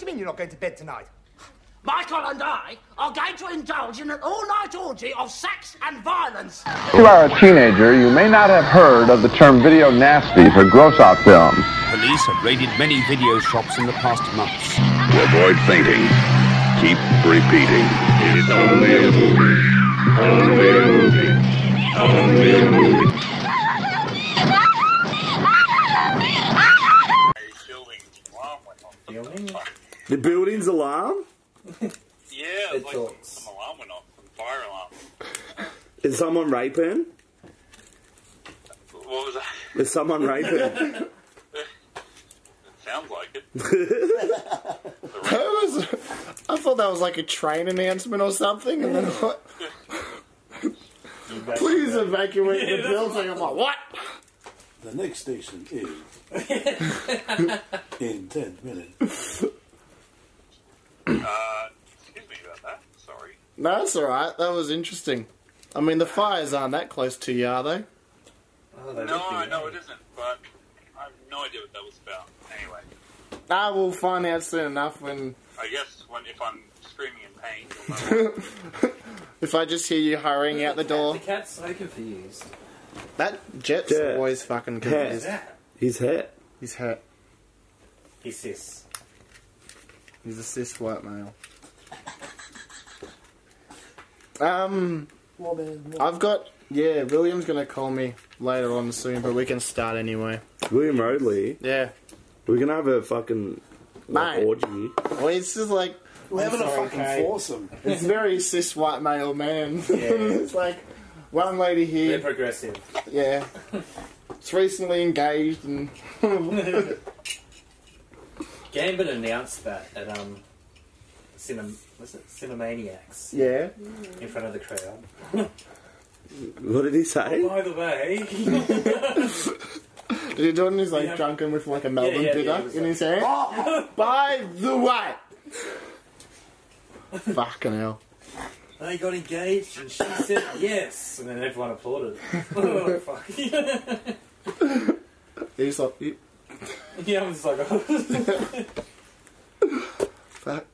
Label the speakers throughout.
Speaker 1: you mean you're not going to bed tonight?
Speaker 2: Michael and I are going to indulge in an all-night orgy of sex and violence.
Speaker 3: If you are a teenager, you may not have heard of the term video nasty for gross out films.
Speaker 4: Police have raided many video shops in the past months.
Speaker 5: Avoid thinking. Keep repeating. It's only a movie. Only a movie. Only a movie.
Speaker 6: The building's alarm?
Speaker 7: Yeah,
Speaker 1: It's
Speaker 7: like
Speaker 1: all-
Speaker 7: some alarm went off, some fire alarm.
Speaker 6: Is someone raping?
Speaker 7: What was that?
Speaker 6: Is someone raping?
Speaker 7: Sounds like it.
Speaker 8: That was, I thought that was like a train announcement or something, and then what? Please evacuate the building. I'm like, what?
Speaker 9: The next station is. in 10 minutes.
Speaker 7: Uh, excuse me about that. Sorry.
Speaker 8: No, that's all right. That was interesting. I mean, the fires aren't that close to you, are they?
Speaker 7: No, I know it isn't, but I have no idea what that was about. Anyway,
Speaker 8: I will find out soon enough when
Speaker 7: I guess when if I'm screaming in pain, you'll know.
Speaker 8: if I just hear you hurrying out the door.
Speaker 10: The cat's so confused.
Speaker 8: That jet's
Speaker 6: Yeah.
Speaker 8: always fucking
Speaker 6: Hat.
Speaker 8: confused.
Speaker 6: He's hit.
Speaker 8: He's hurt.
Speaker 10: He says,
Speaker 8: He's a cis white male. Um, I've got yeah. William's gonna call me later on soon, but we can start anyway.
Speaker 6: William Rodley.
Speaker 8: Yeah.
Speaker 6: We're gonna have a fucking like,
Speaker 8: Mate.
Speaker 6: orgy.
Speaker 8: Well, it's just like
Speaker 9: We're having a fucking
Speaker 10: Kay.
Speaker 9: foursome.
Speaker 8: it's very cis white male man. it's like one lady
Speaker 10: they're
Speaker 8: here,
Speaker 10: progressive.
Speaker 8: yeah, it's recently engaged, and
Speaker 10: Gambit announced that at um, Cinem- was it Cinemaniacs
Speaker 8: yeah,
Speaker 10: in front of the crowd.
Speaker 6: What did he say?
Speaker 10: By the way,
Speaker 8: did you do it? And he's like
Speaker 10: Yeah.
Speaker 8: drunken with like a Melbourne
Speaker 10: yeah,
Speaker 8: bitter
Speaker 10: yeah, it was
Speaker 8: in
Speaker 10: like-
Speaker 8: his hand. Oh, by the way, fucking hell.
Speaker 10: they got engaged and she said yes, and then everyone applauded. oh, fuck.
Speaker 8: He's like, "You-
Speaker 10: yeah, I'm just like, oh.
Speaker 8: fuck.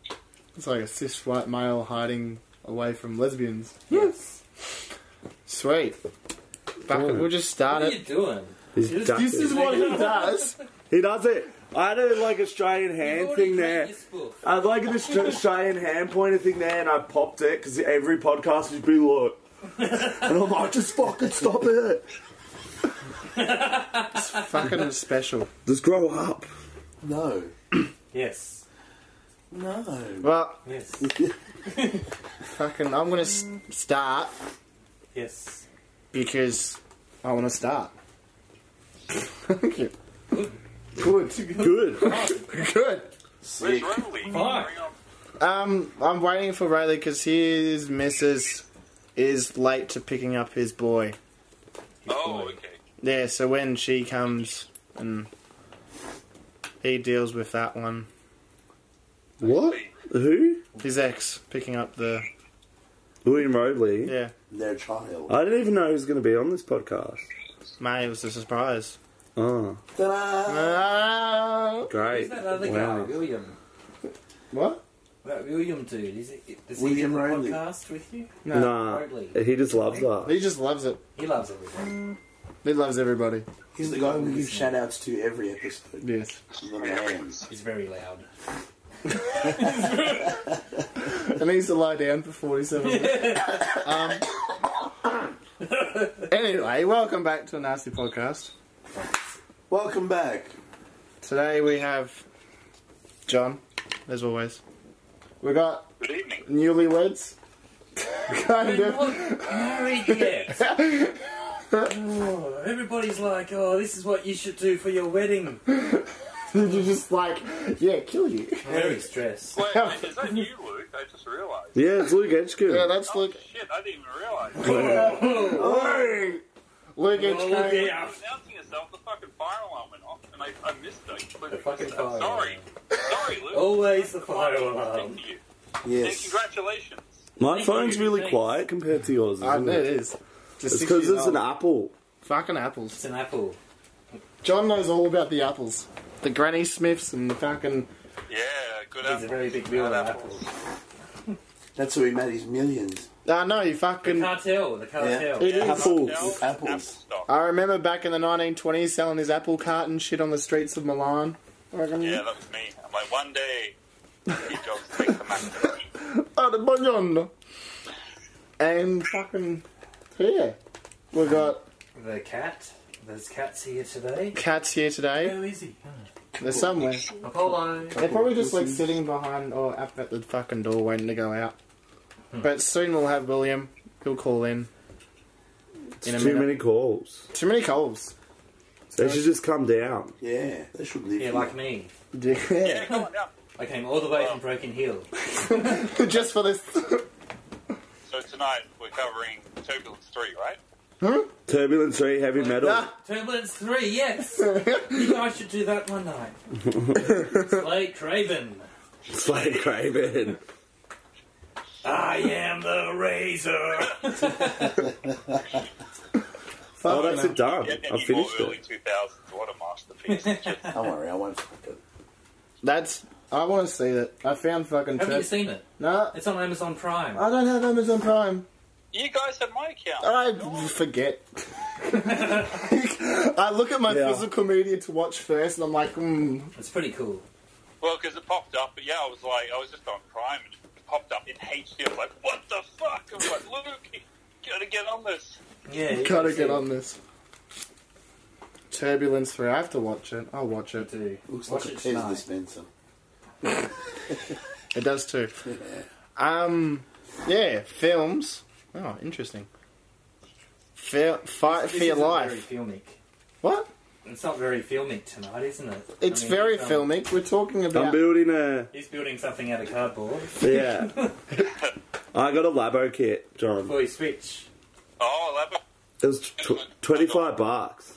Speaker 8: It's like a cis white male hiding away from lesbians.
Speaker 10: yes.
Speaker 8: Sweet. Fuck it, we'll just start
Speaker 10: What are you
Speaker 8: it.
Speaker 10: doing?
Speaker 6: He's ducking.
Speaker 8: This is what he does.
Speaker 6: he does it. I had a like Australian hand thing there. I had like an Aust- Australian hand pointer thing there, and I popped it because every podcast would be like, and I'm like, just fucking stop it.
Speaker 8: fucking special.
Speaker 6: Just grow up.
Speaker 9: No.
Speaker 10: Yes.
Speaker 9: No.
Speaker 8: Well,
Speaker 10: Yes.
Speaker 8: fucking, I'm gonna s- start
Speaker 10: Yes.
Speaker 8: because I want to start. Thank you. Good.
Speaker 6: Good.
Speaker 8: Good.
Speaker 7: Where's Rolly?
Speaker 10: Fuck.
Speaker 8: Um, I'm waiting for Riley because his missus is late to picking up his boy.
Speaker 7: Oh, okay.
Speaker 8: Yeah, so when she comes and he deals with that one,
Speaker 6: what? Who?
Speaker 8: his ex picking up the
Speaker 6: William Robley.
Speaker 8: yeah.
Speaker 9: Their child.
Speaker 6: I didn't even know who was going to be on this podcast.
Speaker 8: May it was a surprise.
Speaker 6: Oh,
Speaker 9: Ta-da!
Speaker 8: Ah,
Speaker 6: great!
Speaker 10: Who's that other guy,
Speaker 6: wow.
Speaker 10: William?
Speaker 8: what?
Speaker 10: That William dude, is it, does he
Speaker 9: William
Speaker 10: do the
Speaker 9: Rowley.
Speaker 10: podcast with you?
Speaker 8: No.
Speaker 6: Nah,
Speaker 10: Robley.
Speaker 6: he just loves that.
Speaker 8: He just loves it.
Speaker 10: He loves everything.
Speaker 8: He loves everybody.
Speaker 9: He's the guy we give shout outs to every episode.
Speaker 8: Yes.
Speaker 9: Little man.
Speaker 10: He's very loud.
Speaker 8: It needs to lie down for 47 minutes. um, anyway, welcome back to a nasty podcast.
Speaker 9: Welcome back.
Speaker 8: Today we have John, as always. We got
Speaker 7: Good evening.
Speaker 8: newlyweds. kind of.
Speaker 10: Look, married yet. oh, everybody's like, oh, this is what you should do for your wedding.
Speaker 8: You're just like, yeah, kill you.
Speaker 10: Very stressed.
Speaker 7: Wait, wait, is that you, Luke? I just realised.
Speaker 6: Yeah, it's Luke Edgecombe.
Speaker 8: Yeah, that's
Speaker 7: Oh,
Speaker 8: Luke.
Speaker 7: shit, I didn't even realise.
Speaker 8: Luke
Speaker 10: Oh,
Speaker 8: Edgecombe.
Speaker 10: yeah.
Speaker 7: Announcing yourself, the fucking fire alarm went off, and I, I missed it. I completely
Speaker 10: The fucking
Speaker 7: missed that.
Speaker 10: fire
Speaker 7: Sorry. Sorry, Luke.
Speaker 10: Always the fire alarm.
Speaker 7: Thank you. And
Speaker 9: Yes.
Speaker 7: congratulations.
Speaker 6: My phone's
Speaker 10: you.
Speaker 6: really
Speaker 10: Thanks.
Speaker 6: quiet compared to yours.
Speaker 8: I
Speaker 6: Isn't
Speaker 8: know it
Speaker 6: it?
Speaker 8: is. Just
Speaker 6: It's
Speaker 8: six
Speaker 6: because
Speaker 8: years
Speaker 6: it's an
Speaker 8: old.
Speaker 6: apple.
Speaker 8: Fucking
Speaker 10: It's
Speaker 8: apples.
Speaker 10: an apple.
Speaker 8: John knows all about the apples. The Granny Smiths and the fucking
Speaker 7: Yeah,
Speaker 5: good
Speaker 10: He's a
Speaker 5: apple.
Speaker 10: very big wheel of
Speaker 5: apple.
Speaker 10: apples.
Speaker 9: That's who he made his millions.
Speaker 8: Ah, no, you
Speaker 10: The
Speaker 8: fucking.
Speaker 10: cartel, the cartel.
Speaker 8: It is.
Speaker 9: Apples.
Speaker 5: Apples. Apple
Speaker 9: Apples.
Speaker 5: stock.
Speaker 8: I remember back in the 1920s selling his apple carton shit on the streets of Milan.
Speaker 5: Yeah, that was me. I'm like, one day, he jobs take the master.
Speaker 8: Oh, the bunion. And fucking. Yeah. We've got
Speaker 10: The cat. There's cats here today.
Speaker 8: cats here today.
Speaker 10: Who is he?
Speaker 8: They're somewhere.
Speaker 10: Apollo.
Speaker 8: They're probably just like sitting behind or up at the fucking door waiting to go out.
Speaker 10: Hmm.
Speaker 8: But soon we'll have William. He'll call in. In a
Speaker 6: Too
Speaker 8: minute.
Speaker 6: many calls.
Speaker 8: Too many calls.
Speaker 6: They should just come down.
Speaker 9: Yeah, they should live
Speaker 10: Yeah,
Speaker 9: here.
Speaker 10: like me.
Speaker 8: Yeah.
Speaker 5: Come on down.
Speaker 10: I came all the way from Broken Hill.
Speaker 8: just for this.
Speaker 5: So tonight, we're covering Turbulence 3, right?
Speaker 6: Turbulent 3 heavy metal.
Speaker 8: Nah.
Speaker 10: Turbulence 3, yes! you guys should do that one night. Slay Craven.
Speaker 6: Slay Craven.
Speaker 10: I am the razor.
Speaker 6: Oh, that's it done.
Speaker 5: Yeah,
Speaker 6: I've
Speaker 5: any more
Speaker 6: finished
Speaker 5: early
Speaker 6: it.
Speaker 5: 2000s. What a masterpiece.
Speaker 9: Don't worry, I won't fuck it.
Speaker 8: That's. I want to see that. I found fucking.
Speaker 10: Haven't
Speaker 8: Tur-
Speaker 10: you seen it?
Speaker 8: No,
Speaker 10: It's on Amazon Prime.
Speaker 8: I don't have Amazon Prime.
Speaker 5: you guys had my account.
Speaker 8: I forget. I look at my
Speaker 6: Yeah.
Speaker 8: physical media to watch first, and I'm like, mm,
Speaker 10: It's pretty cool.
Speaker 5: Well, because it popped up, but yeah, I was like, I was just on Prime and it popped up in HD. I was like, what the fuck? I was like, Luke, you gotta get on this.
Speaker 10: Yeah, you
Speaker 8: gotta
Speaker 10: can
Speaker 8: get
Speaker 10: see
Speaker 8: on this. Turbulence 3, I have to watch it. I'll watch
Speaker 10: it
Speaker 8: it.
Speaker 10: too.
Speaker 9: Looks
Speaker 10: Watch
Speaker 9: like a
Speaker 10: it
Speaker 9: Pez
Speaker 10: tonight.
Speaker 9: dispenser.
Speaker 8: It does too. Um, yeah, films. Oh, interesting. Fil- fight
Speaker 10: This
Speaker 8: for your
Speaker 10: isn't
Speaker 8: life.
Speaker 10: Very filmic.
Speaker 8: What?
Speaker 10: It's not very filmic tonight, isn't it?
Speaker 8: It's
Speaker 10: I mean,
Speaker 8: very
Speaker 10: he's, um,
Speaker 8: filmic. We're talking
Speaker 6: I'm
Speaker 8: about.
Speaker 6: building a.
Speaker 10: He's building something out of cardboard.
Speaker 6: Yeah. I got a labo kit, John.
Speaker 10: Boy, switch.
Speaker 5: Oh, Labo,
Speaker 6: It was tw- 25 bucks.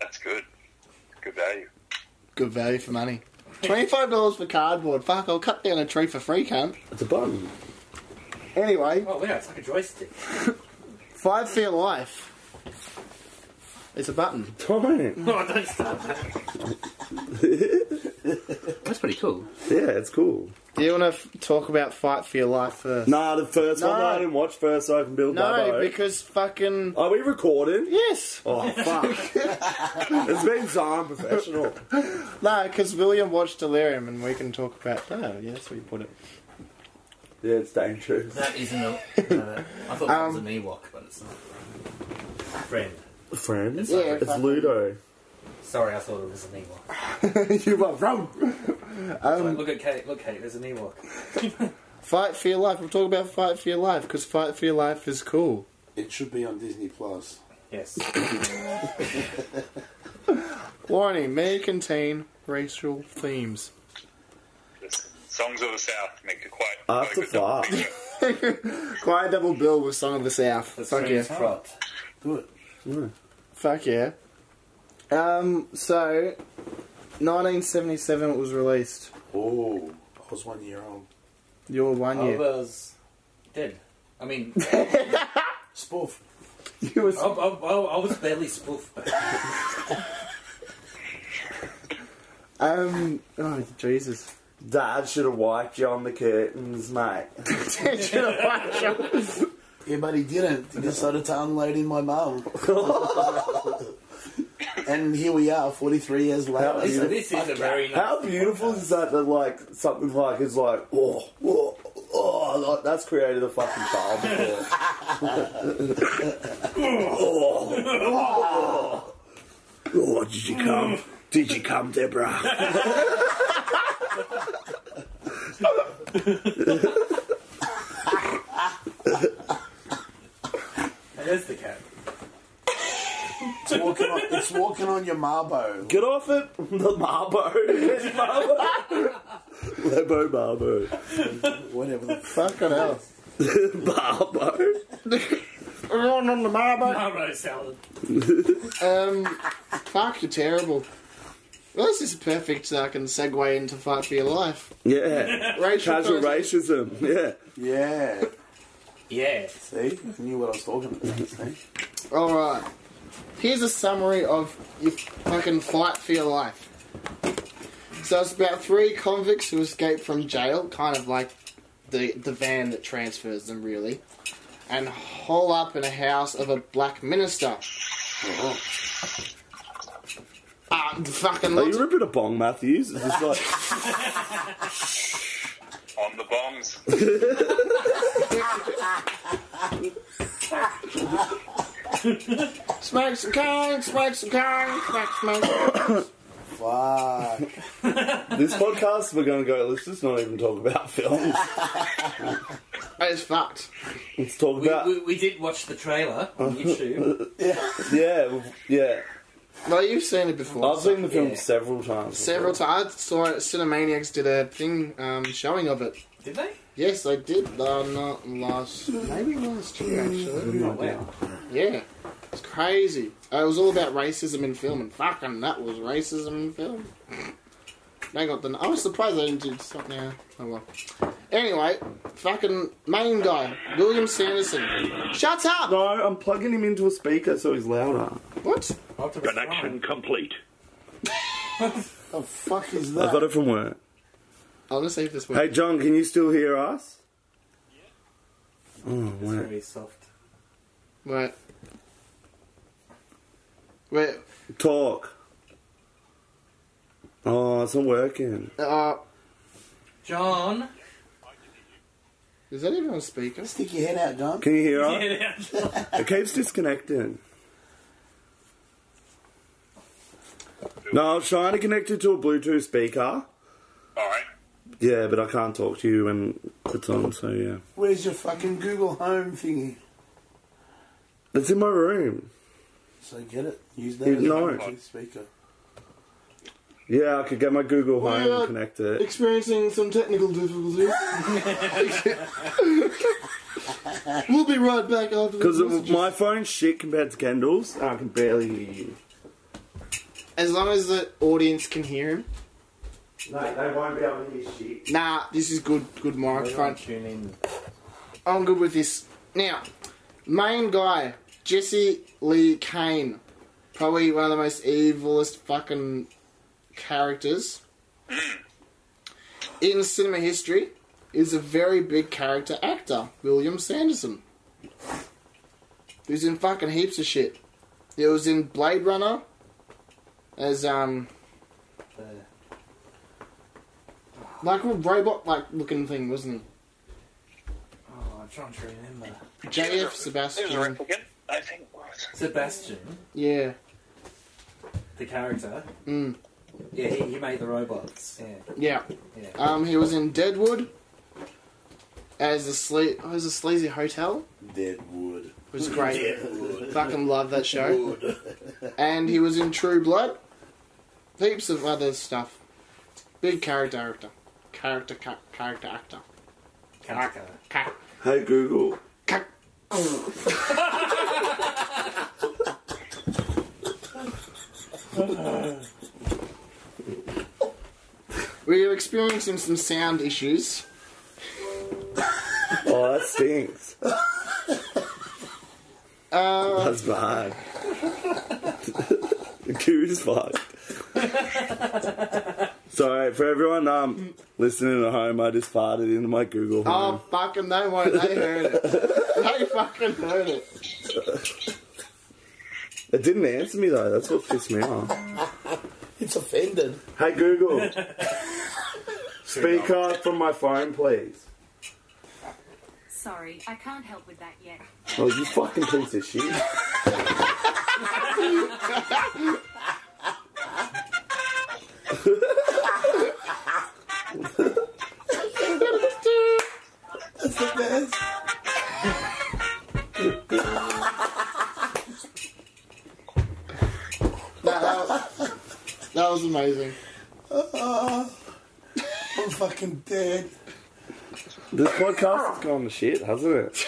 Speaker 5: that's good. Good value.
Speaker 8: Good value for money. Twenty-five dollars for cardboard. Fuck! I'll cut down a tree for free, cunt.
Speaker 6: It's a button.
Speaker 8: Anyway,
Speaker 10: Oh, wow, it's like a joystick.
Speaker 8: five for your life. It's a button.
Speaker 6: Time.
Speaker 10: Oh, don't start that.
Speaker 4: That's pretty cool.
Speaker 6: Yeah, it's cool.
Speaker 8: Do you want to f- talk about fight for your life first?
Speaker 6: Nah, the first one
Speaker 8: No.
Speaker 6: I didn't watch first, so I can build
Speaker 8: No,
Speaker 6: labo.
Speaker 8: because fucking
Speaker 6: Are we recording?
Speaker 8: yes.
Speaker 6: Oh, fuck. it's been so unprofessional.
Speaker 8: No, because William watched Delirium, and we can talk about that. Yeah, that's where you put it.
Speaker 6: Yeah, it's dangerous.
Speaker 1: That isn't
Speaker 10: uh,
Speaker 1: a. no, I thought that was
Speaker 8: Um,
Speaker 1: an Ewok, but it's not.
Speaker 10: Friend.
Speaker 6: Friend? It's,
Speaker 8: Yeah, fuck.
Speaker 6: Ludo.
Speaker 10: Sorry, I thought it was an Ewok.
Speaker 8: you are wrong.
Speaker 6: Um,
Speaker 10: Like, look at Kate, look Kate, there's an Ewok.
Speaker 8: Fight for your life. We're talking about fight for your life because fight for your life is cool.
Speaker 9: It should be on Disney Plus.
Speaker 10: Yes.
Speaker 8: Warning: may contain racial themes.
Speaker 5: Songs of the South make it quite. quite
Speaker 6: After
Speaker 5: a good
Speaker 6: Far.
Speaker 5: topic.
Speaker 8: Quite a double bill with Song of the South.
Speaker 10: The
Speaker 8: Fuck yeah.
Speaker 10: stream's cropped.
Speaker 8: Fuck yeah. Um, so, 1977 it was released.
Speaker 9: Oh, I was one year old.
Speaker 8: You're one
Speaker 10: I
Speaker 8: year.
Speaker 10: was dead. I mean,
Speaker 9: Spoof.
Speaker 8: You was,
Speaker 10: I, I, I- I was barely spoofed.
Speaker 8: um, oh, Jesus.
Speaker 6: Dad should have wiped you on the curtains, mate.
Speaker 9: Yeah, but he didn't. He decided to unload in my mum. and here we are, 43 years later.
Speaker 6: That was
Speaker 9: He's a
Speaker 10: this is a very nice.
Speaker 6: How beautiful is that? That like something like is like oh oh oh like, that's created a fucking child before. oh, oh. Oh, did you come? Did you come, Deborah?
Speaker 10: There's the cat.
Speaker 9: It's walking on, it's walking on your marbo.
Speaker 6: Get off it, the Marbo. It's Marbo. Lebo Marbo.
Speaker 9: Whatever the f-
Speaker 8: Fucking hell.
Speaker 6: Marbo.
Speaker 8: We're on on the marble.
Speaker 10: Marrow salad.
Speaker 8: Um, fuck, you're terrible. Well, this is perfect so I can segue into Fight for Your Life.
Speaker 6: Yeah.
Speaker 8: Racial
Speaker 6: Casual
Speaker 8: themes.
Speaker 6: racism. Yeah.
Speaker 9: Yeah.
Speaker 10: Yeah.
Speaker 9: See? I knew what I was talking about. See?
Speaker 8: All right. Here's a summary of your fucking fight for your life. So it's about three convicts who escape from jail, kind of like the the van that transfers them, really, and hole up in a house of a black minister. Uh, Ah, fucking
Speaker 6: Are
Speaker 8: lots
Speaker 6: you ripping a bong, Matthews? Is this like
Speaker 5: On the bongs.
Speaker 8: Smoke some cones, smoke some cones, smoke, smoke.
Speaker 9: Fuck.
Speaker 6: this podcast? We're going to go. Let's just not even talk about films.
Speaker 8: That is fucked.
Speaker 6: Let's talk
Speaker 10: We,
Speaker 6: about
Speaker 10: we, we did watch the trailer
Speaker 6: Uh-huh.
Speaker 10: on YouTube.
Speaker 6: yeah, we've- yeah.
Speaker 8: Well, you've seen it before.
Speaker 6: I've seen the film
Speaker 10: Yeah.
Speaker 6: several times.
Speaker 8: Several times. I saw it. Cinemaniacs did a thing um, showing of it.
Speaker 10: did they?
Speaker 8: Yes, they did. Uh, not last, maybe last year actually.
Speaker 10: Oh, wow.
Speaker 8: Yeah, it's crazy. Uh, it was all about racism in film, and fucking that was racism in film. They got the. I was surprised they didn't do something. Yeah. Oh well. Anyway, fucking main guy, William Sanderson. Shut up.
Speaker 6: No, I'm plugging him into a speaker so he's louder.
Speaker 8: What?
Speaker 10: Optimus Prime.
Speaker 7: Connection complete.
Speaker 9: The fuck is
Speaker 6: I got
Speaker 9: that?
Speaker 6: it from work.
Speaker 8: I'll just see if this works.
Speaker 6: Hey, John, can you still hear us? Oh,
Speaker 10: It's
Speaker 6: wait.
Speaker 10: very soft.
Speaker 8: Wait. Wait.
Speaker 6: Talk. Oh, it's not working.
Speaker 8: Uh,
Speaker 10: John.
Speaker 8: is that even on speaker?
Speaker 9: Stick your head out, John.
Speaker 6: Can you hear us?
Speaker 10: Yeah,
Speaker 6: It keeps disconnecting. No, I was trying to connect it to a Bluetooth speaker.
Speaker 5: Alright.
Speaker 6: Yeah, but I can't talk to you when it's on, so yeah.
Speaker 9: Where's your fucking Google Home thingy?
Speaker 6: It's in my room.
Speaker 9: So get it. Use that
Speaker 6: You
Speaker 9: as a
Speaker 6: know it.
Speaker 9: Bluetooth speaker.
Speaker 6: Yeah, I could get my Google
Speaker 8: Well,
Speaker 6: Home
Speaker 9: uh,
Speaker 8: yeah.
Speaker 6: and connect it.
Speaker 8: Experiencing some technical difficulties. we'll be right back after this.
Speaker 6: Because
Speaker 8: message.
Speaker 6: my phone's shit compared to Kendall's, and I can barely hear you.
Speaker 8: as long as the audience can hear him.
Speaker 6: No, they won't be able to hear shit.
Speaker 8: Nah, this is good. Good microphone.
Speaker 10: Tune in.
Speaker 8: I'm good with this. Now, main guy Jesse Lee Kane, probably one of the most evilest fucking characters Hmm. in cinema history, is a very big character actor, William Sanderson, who's in fucking heaps of shit. He was in Blade Runner as um
Speaker 10: The-
Speaker 8: like a robot like looking thing, wasn't
Speaker 10: oh, I'm trying to remember.
Speaker 8: he? J.F.
Speaker 5: There's a
Speaker 8: Sebastian.
Speaker 5: replicant. I think what?
Speaker 10: Sebastian,
Speaker 8: Yeah.
Speaker 10: the character.
Speaker 8: Mm.
Speaker 10: Yeah, he, he made the robots. Yeah.
Speaker 8: Yeah.
Speaker 10: Yeah.
Speaker 6: Ah.
Speaker 8: Um, he was in Deadwood as a sle- oh, it was a sleazy hotel,
Speaker 9: Deadwood.
Speaker 8: which is great. Fucking love that show. and he was in True Blood. Heaps of other stuff. Big character actor. Character ca- character actor.
Speaker 10: Character.
Speaker 8: Ca-
Speaker 6: Hey, Google.
Speaker 8: ca- We are experiencing some sound issues.
Speaker 6: Oh, that stinks. That's bad. Goo's fucked. Sorry for everyone um listening at home. I just farted into my Google.
Speaker 8: Oh,
Speaker 6: Home.
Speaker 8: fucking they won't. They heard it. They fucking heard it.
Speaker 6: It didn't answer me though. That's what pissed me off.
Speaker 9: It's offended.
Speaker 6: Hey Google, speaker from my phone, please.
Speaker 11: Sorry, I can't help with that yet.
Speaker 6: Oh, you fucking piece of shit.
Speaker 9: That's the best.
Speaker 8: That, that, that was amazing.
Speaker 9: I'm fucking dead.
Speaker 6: This podcast has gone to shit, hasn't it?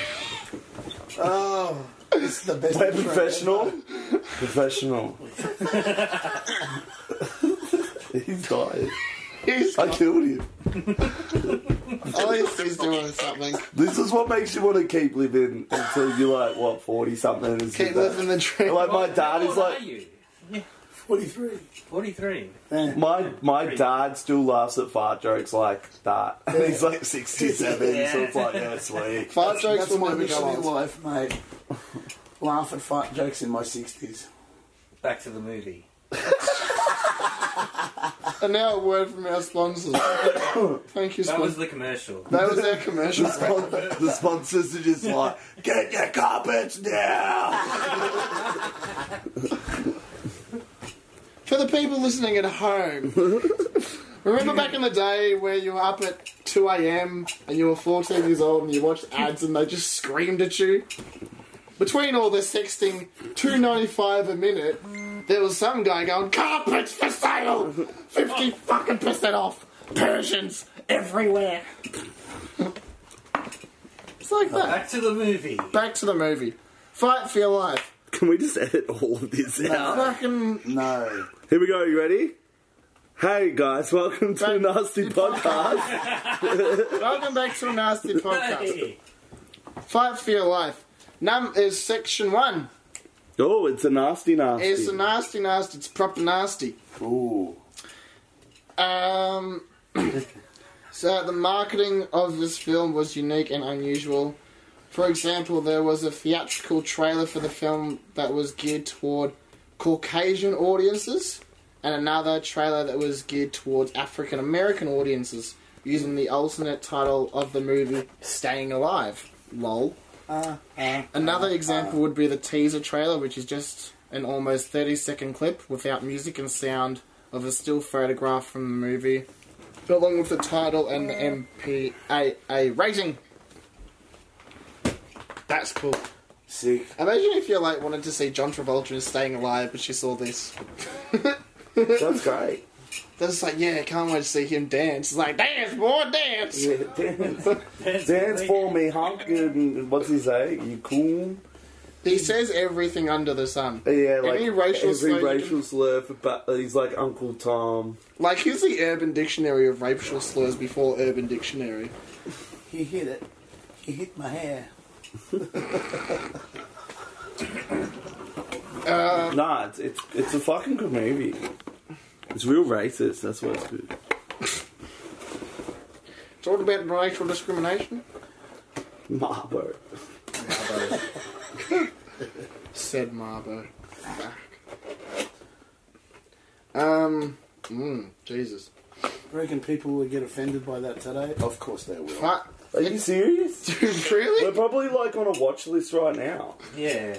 Speaker 9: Oh, this is the best.
Speaker 6: We're
Speaker 9: intro
Speaker 6: professional. professional. He's died.
Speaker 8: He's,
Speaker 6: I killed him.
Speaker 8: at least he's doing something.
Speaker 6: This is what makes you want to keep living until you're like what forty something. and
Speaker 8: Keep
Speaker 6: shit.
Speaker 8: living the dream.
Speaker 6: Like my dad
Speaker 10: How
Speaker 6: is
Speaker 10: old are
Speaker 6: like
Speaker 10: you?
Speaker 9: 43.
Speaker 10: 43.
Speaker 6: My my dad still laughs at fart jokes like that. He's like 67, so it's like, yeah, sweet.
Speaker 8: Fart jokes
Speaker 9: That's
Speaker 8: will
Speaker 9: my
Speaker 8: never
Speaker 9: mission
Speaker 8: go
Speaker 9: in
Speaker 8: on.
Speaker 9: life, mate. Laugh at fart jokes in my 60s.
Speaker 10: Back to the movie.
Speaker 8: And now a word from our sponsors. Thank you,
Speaker 10: That was
Speaker 8: sponsors.
Speaker 10: the commercial.
Speaker 8: That was our commercial spot.
Speaker 6: The sponsors are just like, get your carpets now!
Speaker 8: For the people listening at home, remember back in the day where you were up at 2 a.m. and you were 14 years old and you watched ads and they just screamed at you? Between all the sexting, 2.95 a minute, there was some guy going, Carpets for sale! 50 fucking percent off! Persians everywhere! it's like that.
Speaker 10: Back to the movie.
Speaker 8: Back to the movie. Fight for your life.
Speaker 6: Can we just edit all of this out?
Speaker 8: Fucking
Speaker 9: No.
Speaker 6: Here we go, you ready? Hey guys, welcome to
Speaker 8: Thank-
Speaker 6: Nasty Podcast.
Speaker 8: Welcome back to a nasty podcast.
Speaker 10: Hey.
Speaker 8: Fight for your life. Num is section one.
Speaker 6: Oh, it's a nasty nasty.
Speaker 8: It's a nasty, nasty. It's proper nasty.
Speaker 9: Ooh.
Speaker 8: Um, so the marketing of this film was unique and unusual. For example, there was a theatrical trailer for the film that was geared toward Caucasian audiences, and another trailer that was geared towards African American audiences, using the alternate title of the movie "Staying Alive." Lol. Another example would be the teaser trailer, which is just an almost 30 second clip without music and sound of a still photograph from the movie, along with the title and the MPAA rating. That's cool.
Speaker 9: Sick.
Speaker 8: Imagine if you like wanted to see John Travolta in Staying Alive, but she saw this.
Speaker 6: That's great.
Speaker 8: That's like, yeah, can't wait to see him dance. It's like, dance, boy, dance.
Speaker 6: Yeah, dance. dance for me, honk. and- What's he say? You cool?
Speaker 8: He says everything under the sun.
Speaker 6: Yeah, like
Speaker 8: Any racial
Speaker 6: every
Speaker 8: slur you
Speaker 6: racial slur for ba- he's like Uncle Tom.
Speaker 8: Like, here's the Urban Dictionary of racial slurs before Urban Dictionary.
Speaker 9: He hit it. He hit my hair.
Speaker 6: Nah, it's, it's it's a fucking good movie. It's real racist. That's why it's good.
Speaker 8: Talk about racial discrimination.
Speaker 6: Marbo.
Speaker 8: Said Marbo. Fuck. Um. Mm, Jesus.
Speaker 9: Reckon people will get offended by that today? Of course they will.
Speaker 8: What?
Speaker 6: Are you serious? We're
Speaker 8: really?
Speaker 6: probably like on a watch list right now.
Speaker 10: Yeah.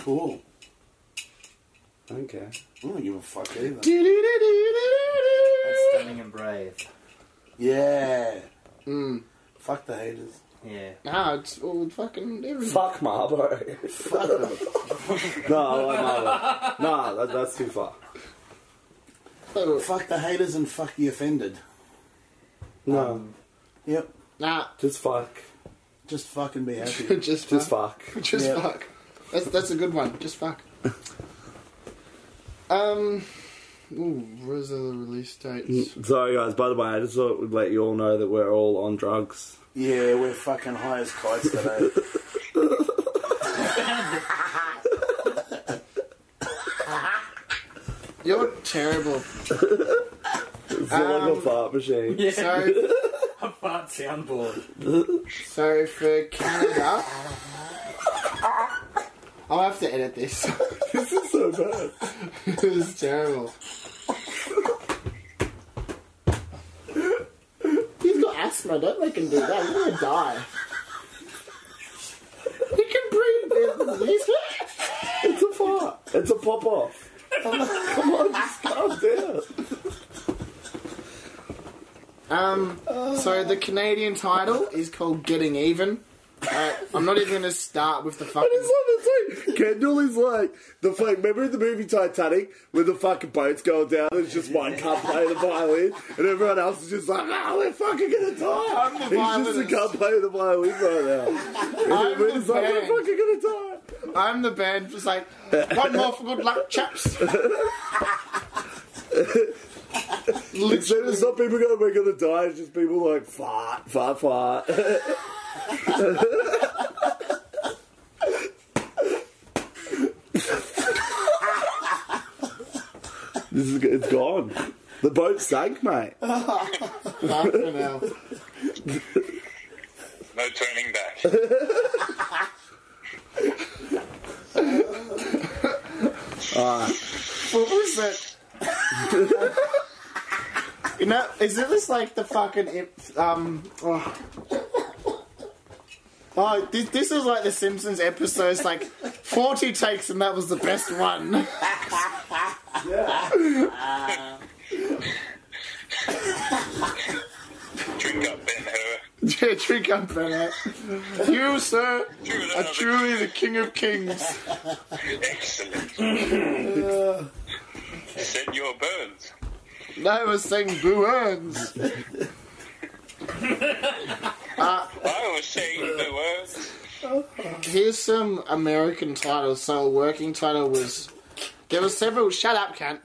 Speaker 9: Cool.
Speaker 6: Okay.
Speaker 9: I don't give a fuck either.
Speaker 8: Do-do-do-do-do-do.
Speaker 10: That's stunning and brave.
Speaker 9: Yeah. Hmm.
Speaker 8: Mm.
Speaker 9: Fuck the haters.
Speaker 10: Yeah.
Speaker 8: Nah, it's all fucking everything.
Speaker 6: Fuck Marbo.
Speaker 9: Fuck them.
Speaker 6: no, I like Marbo. Nah, that, that's too far.
Speaker 9: fuck the haters and fuck the offended.
Speaker 6: No,
Speaker 9: Yep.
Speaker 8: Nah,
Speaker 6: just fuck.
Speaker 9: Just fucking be happy.
Speaker 8: just
Speaker 6: Just
Speaker 8: fuck.
Speaker 6: fuck.
Speaker 8: Just
Speaker 9: Yeah.
Speaker 8: fuck. That's that's a good one. Just fuck. um. Ooh, where's the release
Speaker 9: Mm.
Speaker 8: dates?
Speaker 6: Sorry, guys. By the way, I just thought we'd let you all know that we're all on drugs.
Speaker 9: yeah, we're fucking high as kites today.
Speaker 8: You're terrible.
Speaker 6: It's not like a fart machine.
Speaker 10: Yeah.
Speaker 8: So
Speaker 10: A fart soundboard.
Speaker 8: So for Canada, I'll have to edit this.
Speaker 6: This is so bad.
Speaker 8: this is terrible. He's got asthma. Don't make him do that. He's gonna die. He can breathe. He's
Speaker 6: It's a fart. It's a pop off. Come on, just calm down.
Speaker 8: Um, so the Canadian title is called Getting Even. Uh, I'm not even gonna start with the fucking.
Speaker 6: I just love it. It's like Kendall is like the fuck. Remember in the movie Titanic when the fucking boat's going down and it's just one cunt playing the violin and everyone else is just like, ah, we're fucking gonna die.
Speaker 8: I'm the
Speaker 6: He's just a
Speaker 8: violinist.
Speaker 6: cunt playing the violin right now.
Speaker 8: I'm
Speaker 6: And everyone's
Speaker 8: the
Speaker 6: like,
Speaker 8: band.
Speaker 6: we're fucking gonna die.
Speaker 8: I'm the band. Just like one more for good luck, chaps.
Speaker 6: Instead of some people going, we're gonna die, it's just people like, fart, fart, fart. This is it's gone. The boat sank, mate.
Speaker 8: Fucking hell.
Speaker 5: No turning back.
Speaker 8: What was that? you know, is it this like the fucking imp- um? Oh, oh this, this is like the Simpsons episodes, like forty takes, and that was the best one.
Speaker 5: Drink up, Ben Hur.
Speaker 8: yeah, drink up, Bennett. You, sir,
Speaker 5: True,
Speaker 8: are truly the king of kings.
Speaker 5: Excellent. Set your burns.
Speaker 8: I was saying Boo Earns.
Speaker 5: I was saying the words.
Speaker 8: Here's some American titles. So, a working title was. There were several. Shut up, cunt.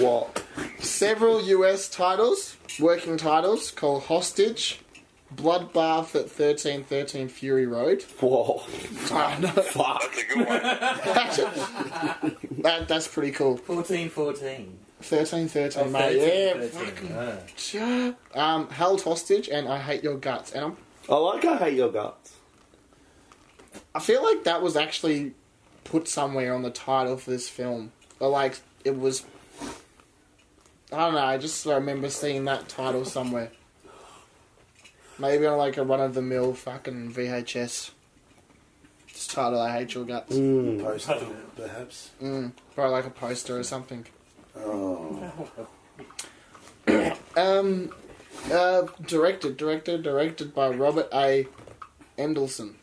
Speaker 6: What?
Speaker 8: several US titles, working titles, called Hostage, Bloodbath at 1313 Fury Road.
Speaker 6: What?
Speaker 5: That's a good one.
Speaker 8: That, that's pretty cool.
Speaker 10: 1414.
Speaker 9: Oh,
Speaker 8: 1313,
Speaker 10: Oh,
Speaker 8: mate. yeah.
Speaker 10: Ah.
Speaker 8: fucking- Um, Held Hostage and I Hate Your Guts. And I'm,
Speaker 6: I like I hate your guts.
Speaker 8: I feel like that was actually put somewhere on the title for this film. Or, like, it was. I don't know, I just remember seeing that title somewhere. Maybe on like a run of the mill fucking VHS. Just title I Hate Your Guts.
Speaker 9: Poster, perhaps.
Speaker 8: Probably like a poster or something.
Speaker 9: Oh.
Speaker 8: Um, uh, directed, directed, directed by Robert A. Endelson.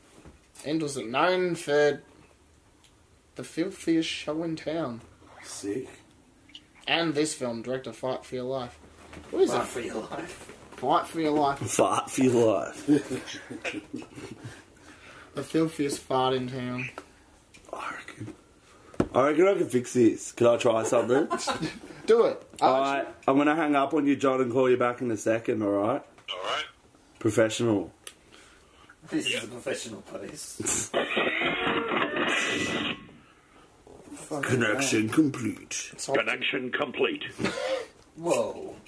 Speaker 8: Endelson, known for the filthiest show in town,
Speaker 9: Sick.
Speaker 8: and this film, director Fight for Your Life. What is that?
Speaker 10: For your life.
Speaker 8: Fight for Your Life,
Speaker 6: Fight for your life.
Speaker 8: the filthiest fart in town.
Speaker 6: I reckon. I reckon I can fix this. Can I try something?
Speaker 8: Do it.
Speaker 6: all right. I'm gonna hang up on you, John, and call you back in a second. All right.
Speaker 5: All right.
Speaker 6: Professional.
Speaker 10: This is a professional place.
Speaker 6: Connection complete.
Speaker 7: Connection complete.
Speaker 10: Whoa.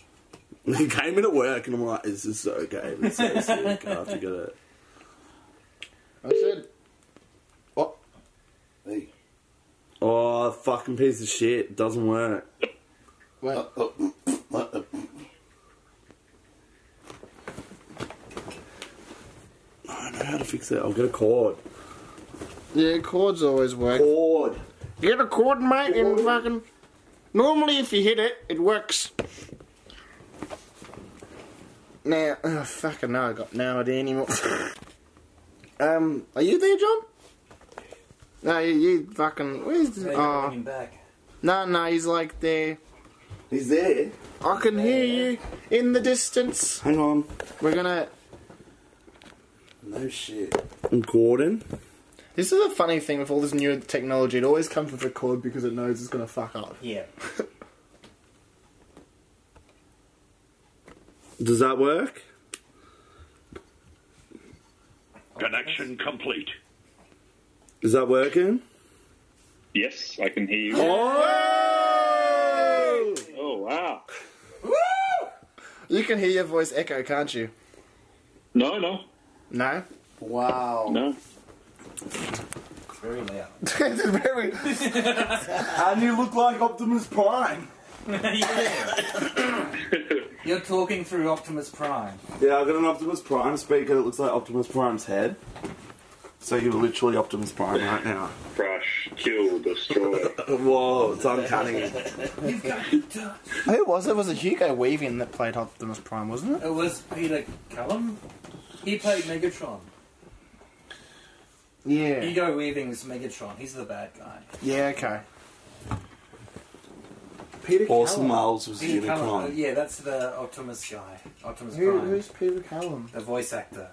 Speaker 6: He came in at work, and I'm like, "This is so gay. It's so sick. I have to get it."
Speaker 8: I should. What?
Speaker 9: Hey.
Speaker 6: Oh, fucking piece of shit. Doesn't work.
Speaker 8: Wait.
Speaker 10: Uh,
Speaker 9: What the?
Speaker 6: I don't know how to fix it. I'll get a cord.
Speaker 8: Yeah, chords always work.
Speaker 6: Cord.
Speaker 8: Get a chord, mate, and fucking. Normally, if you hit it, it works. Now, oh, fucking no, I got no idea anymore. um, are you there, John? No, you, you fucking. Where's the.
Speaker 10: Hey,
Speaker 9: Ah.
Speaker 10: you're
Speaker 8: Oh,
Speaker 10: bringing back.
Speaker 8: no, no, he's like there.
Speaker 6: He's there.
Speaker 8: I can hear you in the distance.
Speaker 6: Hang on.
Speaker 8: We're gonna.
Speaker 9: No shit.
Speaker 6: I'm cording.
Speaker 8: This is a funny thing with all this new technology. It always comes with a chord because it knows it's gonna fuck up.
Speaker 10: Yeah.
Speaker 6: Does that work?
Speaker 7: Connection complete.
Speaker 6: Is that working?
Speaker 5: Yes, I can hear you.
Speaker 6: Oh!
Speaker 5: Oh, wow.
Speaker 8: You can hear your voice echo, can't you?
Speaker 5: No, no,
Speaker 8: No?
Speaker 9: Wow.
Speaker 5: no.
Speaker 10: Very loud.
Speaker 8: it's very.
Speaker 6: And you look like Optimus Prime.
Speaker 10: You're talking through Optimus Prime.
Speaker 6: Yeah, I got an Optimus Prime speaker that looks like Optimus Prime's head. So you're literally Optimus Prime right now.
Speaker 5: Crash, kill, destroy.
Speaker 6: Whoa, it's uncanny.
Speaker 10: You've got it. It
Speaker 8: Who was it? Was it Hugo Weaving that played Optimus Prime, wasn't it?
Speaker 10: was Peter Cullum. He played Megatron.
Speaker 8: Yeah.
Speaker 10: Ego Weaving's Megatron. He's the bad guy.
Speaker 8: Yeah, okay.
Speaker 10: Peter
Speaker 6: Orson Welles was
Speaker 10: Peter Cullum.
Speaker 6: Unicron.
Speaker 10: Yeah, that's the Optimus guy. Optimus
Speaker 8: Who,
Speaker 10: Prime.
Speaker 8: who's Peter Callum?
Speaker 10: The voice actor.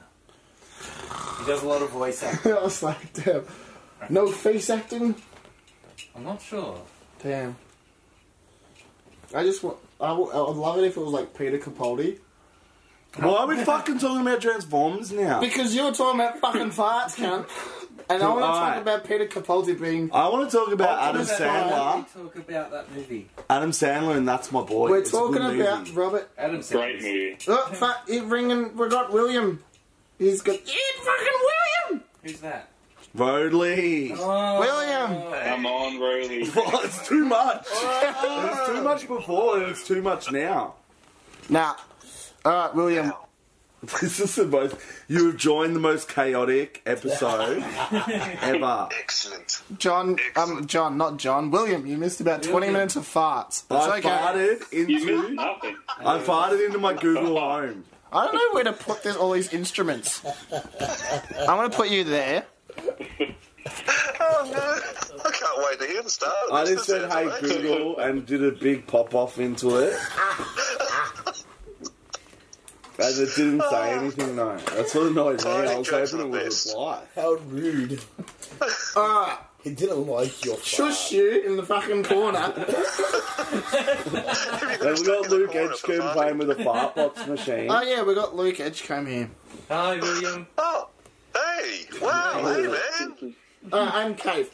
Speaker 10: He does a lot of voice
Speaker 8: I
Speaker 10: acting.
Speaker 8: was like, damn. No face acting?
Speaker 10: I'm not sure.
Speaker 8: Damn. I just want. I, w- I would love it if it was like Peter Capaldi.
Speaker 6: Why are we fucking talking about Transformers now?
Speaker 8: Because you were talking about fucking farts, cunt. And I want to talk
Speaker 6: Alright.
Speaker 8: about Peter Capote being.
Speaker 6: I want to talk about Adam
Speaker 8: Talking
Speaker 6: Sandler.
Speaker 8: about-
Speaker 10: Talk about that movie.
Speaker 6: Adam Sandler and That's My Boy.
Speaker 8: We're
Speaker 6: It's a good
Speaker 8: talking
Speaker 6: movie.
Speaker 8: about Robert.
Speaker 10: Adam
Speaker 5: Great
Speaker 10: Sandler.
Speaker 5: movie.
Speaker 8: Oh, fuck, he's ringing. We got William. He's got. Yeah, fucking William!
Speaker 10: Who's that?
Speaker 6: Roadley.
Speaker 8: William!
Speaker 5: Come on, Roly.
Speaker 6: Oh, it's too much. it was too much before, and it's too much now.
Speaker 8: Now. Alright, William.
Speaker 6: This is the most. You have joined the most chaotic episode ever.
Speaker 7: Excellent.
Speaker 8: John. Um, John, not John. William, you missed about 20 minutes of farts. It's
Speaker 6: I
Speaker 8: okay.
Speaker 6: farted
Speaker 5: You missed
Speaker 6: into.
Speaker 5: nothing.
Speaker 6: I farted into my Google Home.
Speaker 8: I don't know where to put this, all these instruments. I'm going to put you there.
Speaker 7: Oh no! I can't wait to hear the start. of
Speaker 6: I
Speaker 7: this.
Speaker 6: just
Speaker 7: This
Speaker 6: said,
Speaker 7: is
Speaker 6: "Hey
Speaker 7: amazing.
Speaker 6: Google," and did a big pop off into it. And it didn't say anything. No, that's what annoyed me. I was hoping it would reply.
Speaker 9: How rude.
Speaker 8: Alright,
Speaker 9: He didn't like your
Speaker 8: shush you in the fucking corner.
Speaker 6: Then we got Luke Edgecombe playing with a fartbox machine.
Speaker 8: Oh, yeah, we got Luke Edgecombe here.
Speaker 10: Hi, William.
Speaker 7: Oh, hey! Wow! Hey, man!
Speaker 8: Uh, I'm Kate.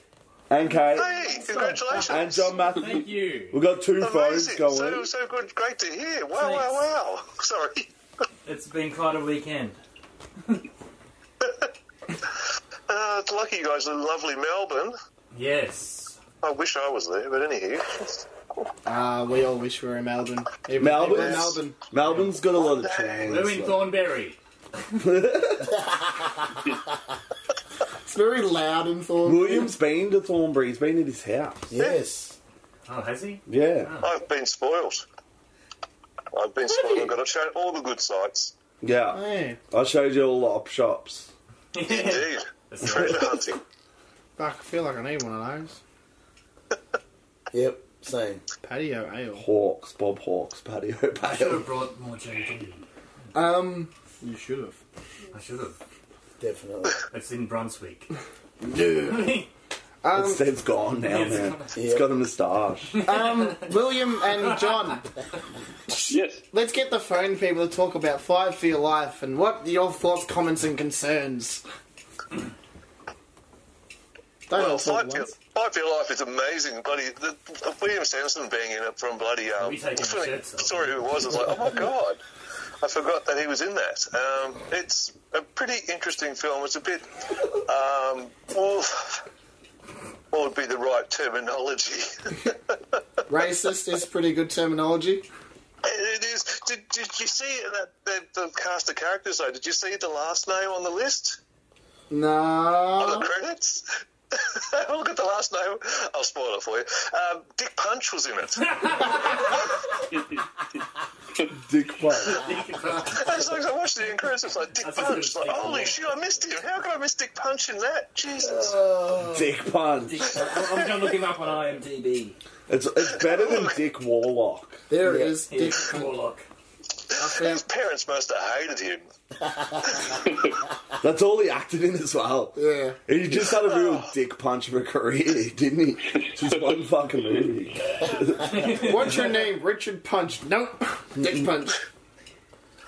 Speaker 6: And Kate
Speaker 7: Hey! Congratulations!
Speaker 6: and John Matthew.
Speaker 10: Thank you.
Speaker 6: We got two phones
Speaker 7: Amazing!
Speaker 6: going.
Speaker 7: So, so good. Great to hear. Wow! Wow! Wow! Sorry.
Speaker 10: It's been quite a weekend.
Speaker 7: Uh, it's lucky you guys are in lovely Melbourne.
Speaker 10: Yes.
Speaker 7: I wish I was there, but anywho.
Speaker 8: Uh, we all wish we were in Melbourne. Even
Speaker 6: Melbourne's,
Speaker 8: people in Melbourne.
Speaker 6: Melbourne's got a lot of
Speaker 10: We're in
Speaker 7: uh,
Speaker 6: challenge.
Speaker 10: Thornberry.
Speaker 8: It's very loud in Thornbury.
Speaker 6: William's been to Thornbury. He's been at his house.
Speaker 9: Yes.
Speaker 10: Oh, has he?
Speaker 6: Yeah,
Speaker 7: I've been spoiled. I've been spoiled. I've got to show all the good sights.
Speaker 6: yeah.
Speaker 8: Hey,
Speaker 6: I showed you all the op shops.
Speaker 7: Indeed. Treasure hunting.
Speaker 8: fuck, I feel like I need one of those.
Speaker 9: Yep. Same.
Speaker 8: Patio ale.
Speaker 6: Hawks, Bob Hawks, patio
Speaker 10: Should
Speaker 6: patio.
Speaker 10: have brought more gin.
Speaker 8: Um, you should have.
Speaker 10: I should have.
Speaker 9: Definitely.
Speaker 10: It's in Brunswick.
Speaker 9: Yeah.
Speaker 6: It's, it's gone now,
Speaker 10: Yes.
Speaker 6: man. It's got a moustache.
Speaker 8: Um, William and John,
Speaker 5: Yes.
Speaker 8: let's get the phone people to talk about Five for Your Life and what your thoughts, comments, and concerns. Don't all
Speaker 7: Well,
Speaker 8: talk
Speaker 7: Fight
Speaker 8: at
Speaker 7: for, Your-
Speaker 8: once.
Speaker 7: Fight for Your Life is amazing. Bloody the, the William Sanderson being in it from bloody um,
Speaker 10: We taking the
Speaker 7: sorry,
Speaker 10: shirts off.
Speaker 7: sorry who it was. I was like, oh my god, I forgot that he was in that. Um, it's a pretty interesting film. It's a bit, um, well, what would be the right terminology?
Speaker 8: Racist is pretty good terminology.
Speaker 7: it is. Did, did you see that, that the cast of characters though? Did you see the last name on the list? on
Speaker 8: No.
Speaker 7: the credits. Look at the last name. I'll spoil it for you. Um, Dick Punch was in it.
Speaker 6: Dick Punch.
Speaker 7: As long as I watched the end credits, it's like Dick
Speaker 10: That's a good
Speaker 7: Punch. Like,
Speaker 10: Dick
Speaker 7: holy
Speaker 10: Punch. Uh,
Speaker 7: shit, I missed him. How could I miss Dick Punch in that? Jesus.
Speaker 6: Dick Punch.
Speaker 10: I'm going to look him up on IMDb.
Speaker 6: It's, it's better than Dick Warlock.
Speaker 8: There it is. Dick.
Speaker 10: Here's Warlock.
Speaker 8: I
Speaker 7: His
Speaker 8: found-
Speaker 7: parents must have hated him.
Speaker 6: That's all he acted in as well.
Speaker 8: Yeah.
Speaker 6: He just had a real dick punch of a career, didn't he? Just one fucking movie.
Speaker 8: What's your name? Richard Punch. Nope. Dick Punch.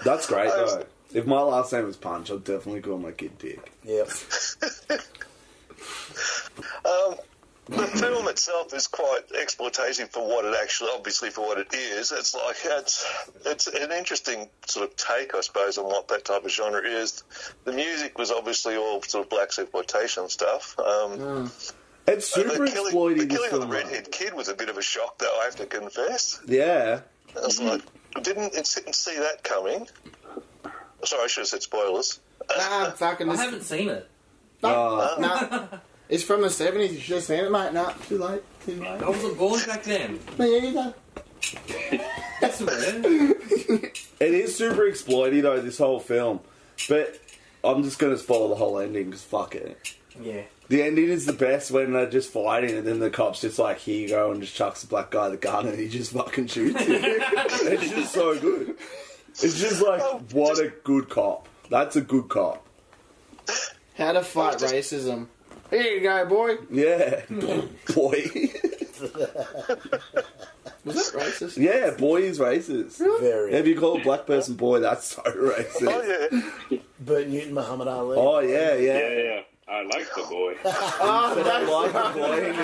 Speaker 6: That's great though. If my last name was Punch, I'd definitely call my kid Dick.
Speaker 9: Yep.
Speaker 7: The film itself is quite exploitative for what it actually, obviously, for what it is. It's like it's it's an interesting sort of take, I suppose, on what that type of genre is. The music was obviously all sort of black exploitation stuff. Um,
Speaker 6: It's super
Speaker 7: the killing, the
Speaker 6: exploiting this
Speaker 7: killing of the
Speaker 6: film.
Speaker 7: redhead kid was a bit of a shock, though. I have to confess.
Speaker 6: Yeah.
Speaker 7: I was like, didn't didn't see that coming. Sorry, I should have said spoilers.
Speaker 8: Nah, fucking.
Speaker 10: I
Speaker 8: This,
Speaker 10: haven't seen it.
Speaker 6: Uh,
Speaker 8: nah. It's from the 70s. You should have seen it, mate. Nah, too late. Too late.
Speaker 10: I wasn't born back then.
Speaker 8: Me either.
Speaker 10: That's weird.
Speaker 6: it is super exploiting though, this whole film. But I'm just going to spoil the whole ending because fuck it.
Speaker 10: Yeah.
Speaker 6: The ending is the best when they're just fighting and then the cop's just like, here you go, and just chucks the black guy the gun and he just fucking shoots him. it's just so good. It's just like, what a good cop. That's a good cop.
Speaker 8: How to fight racism. Here you go, boy.
Speaker 6: Yeah. Boy.
Speaker 8: Was that racist?
Speaker 6: Yeah, boy is racist.
Speaker 9: Very.
Speaker 6: If you call a black person boy, that's so racist.
Speaker 7: Oh yeah,
Speaker 9: But Newton Muhammad Ali.
Speaker 6: Oh, yeah, yeah.
Speaker 5: Yeah, yeah. I like the boy.
Speaker 6: I like the boy, and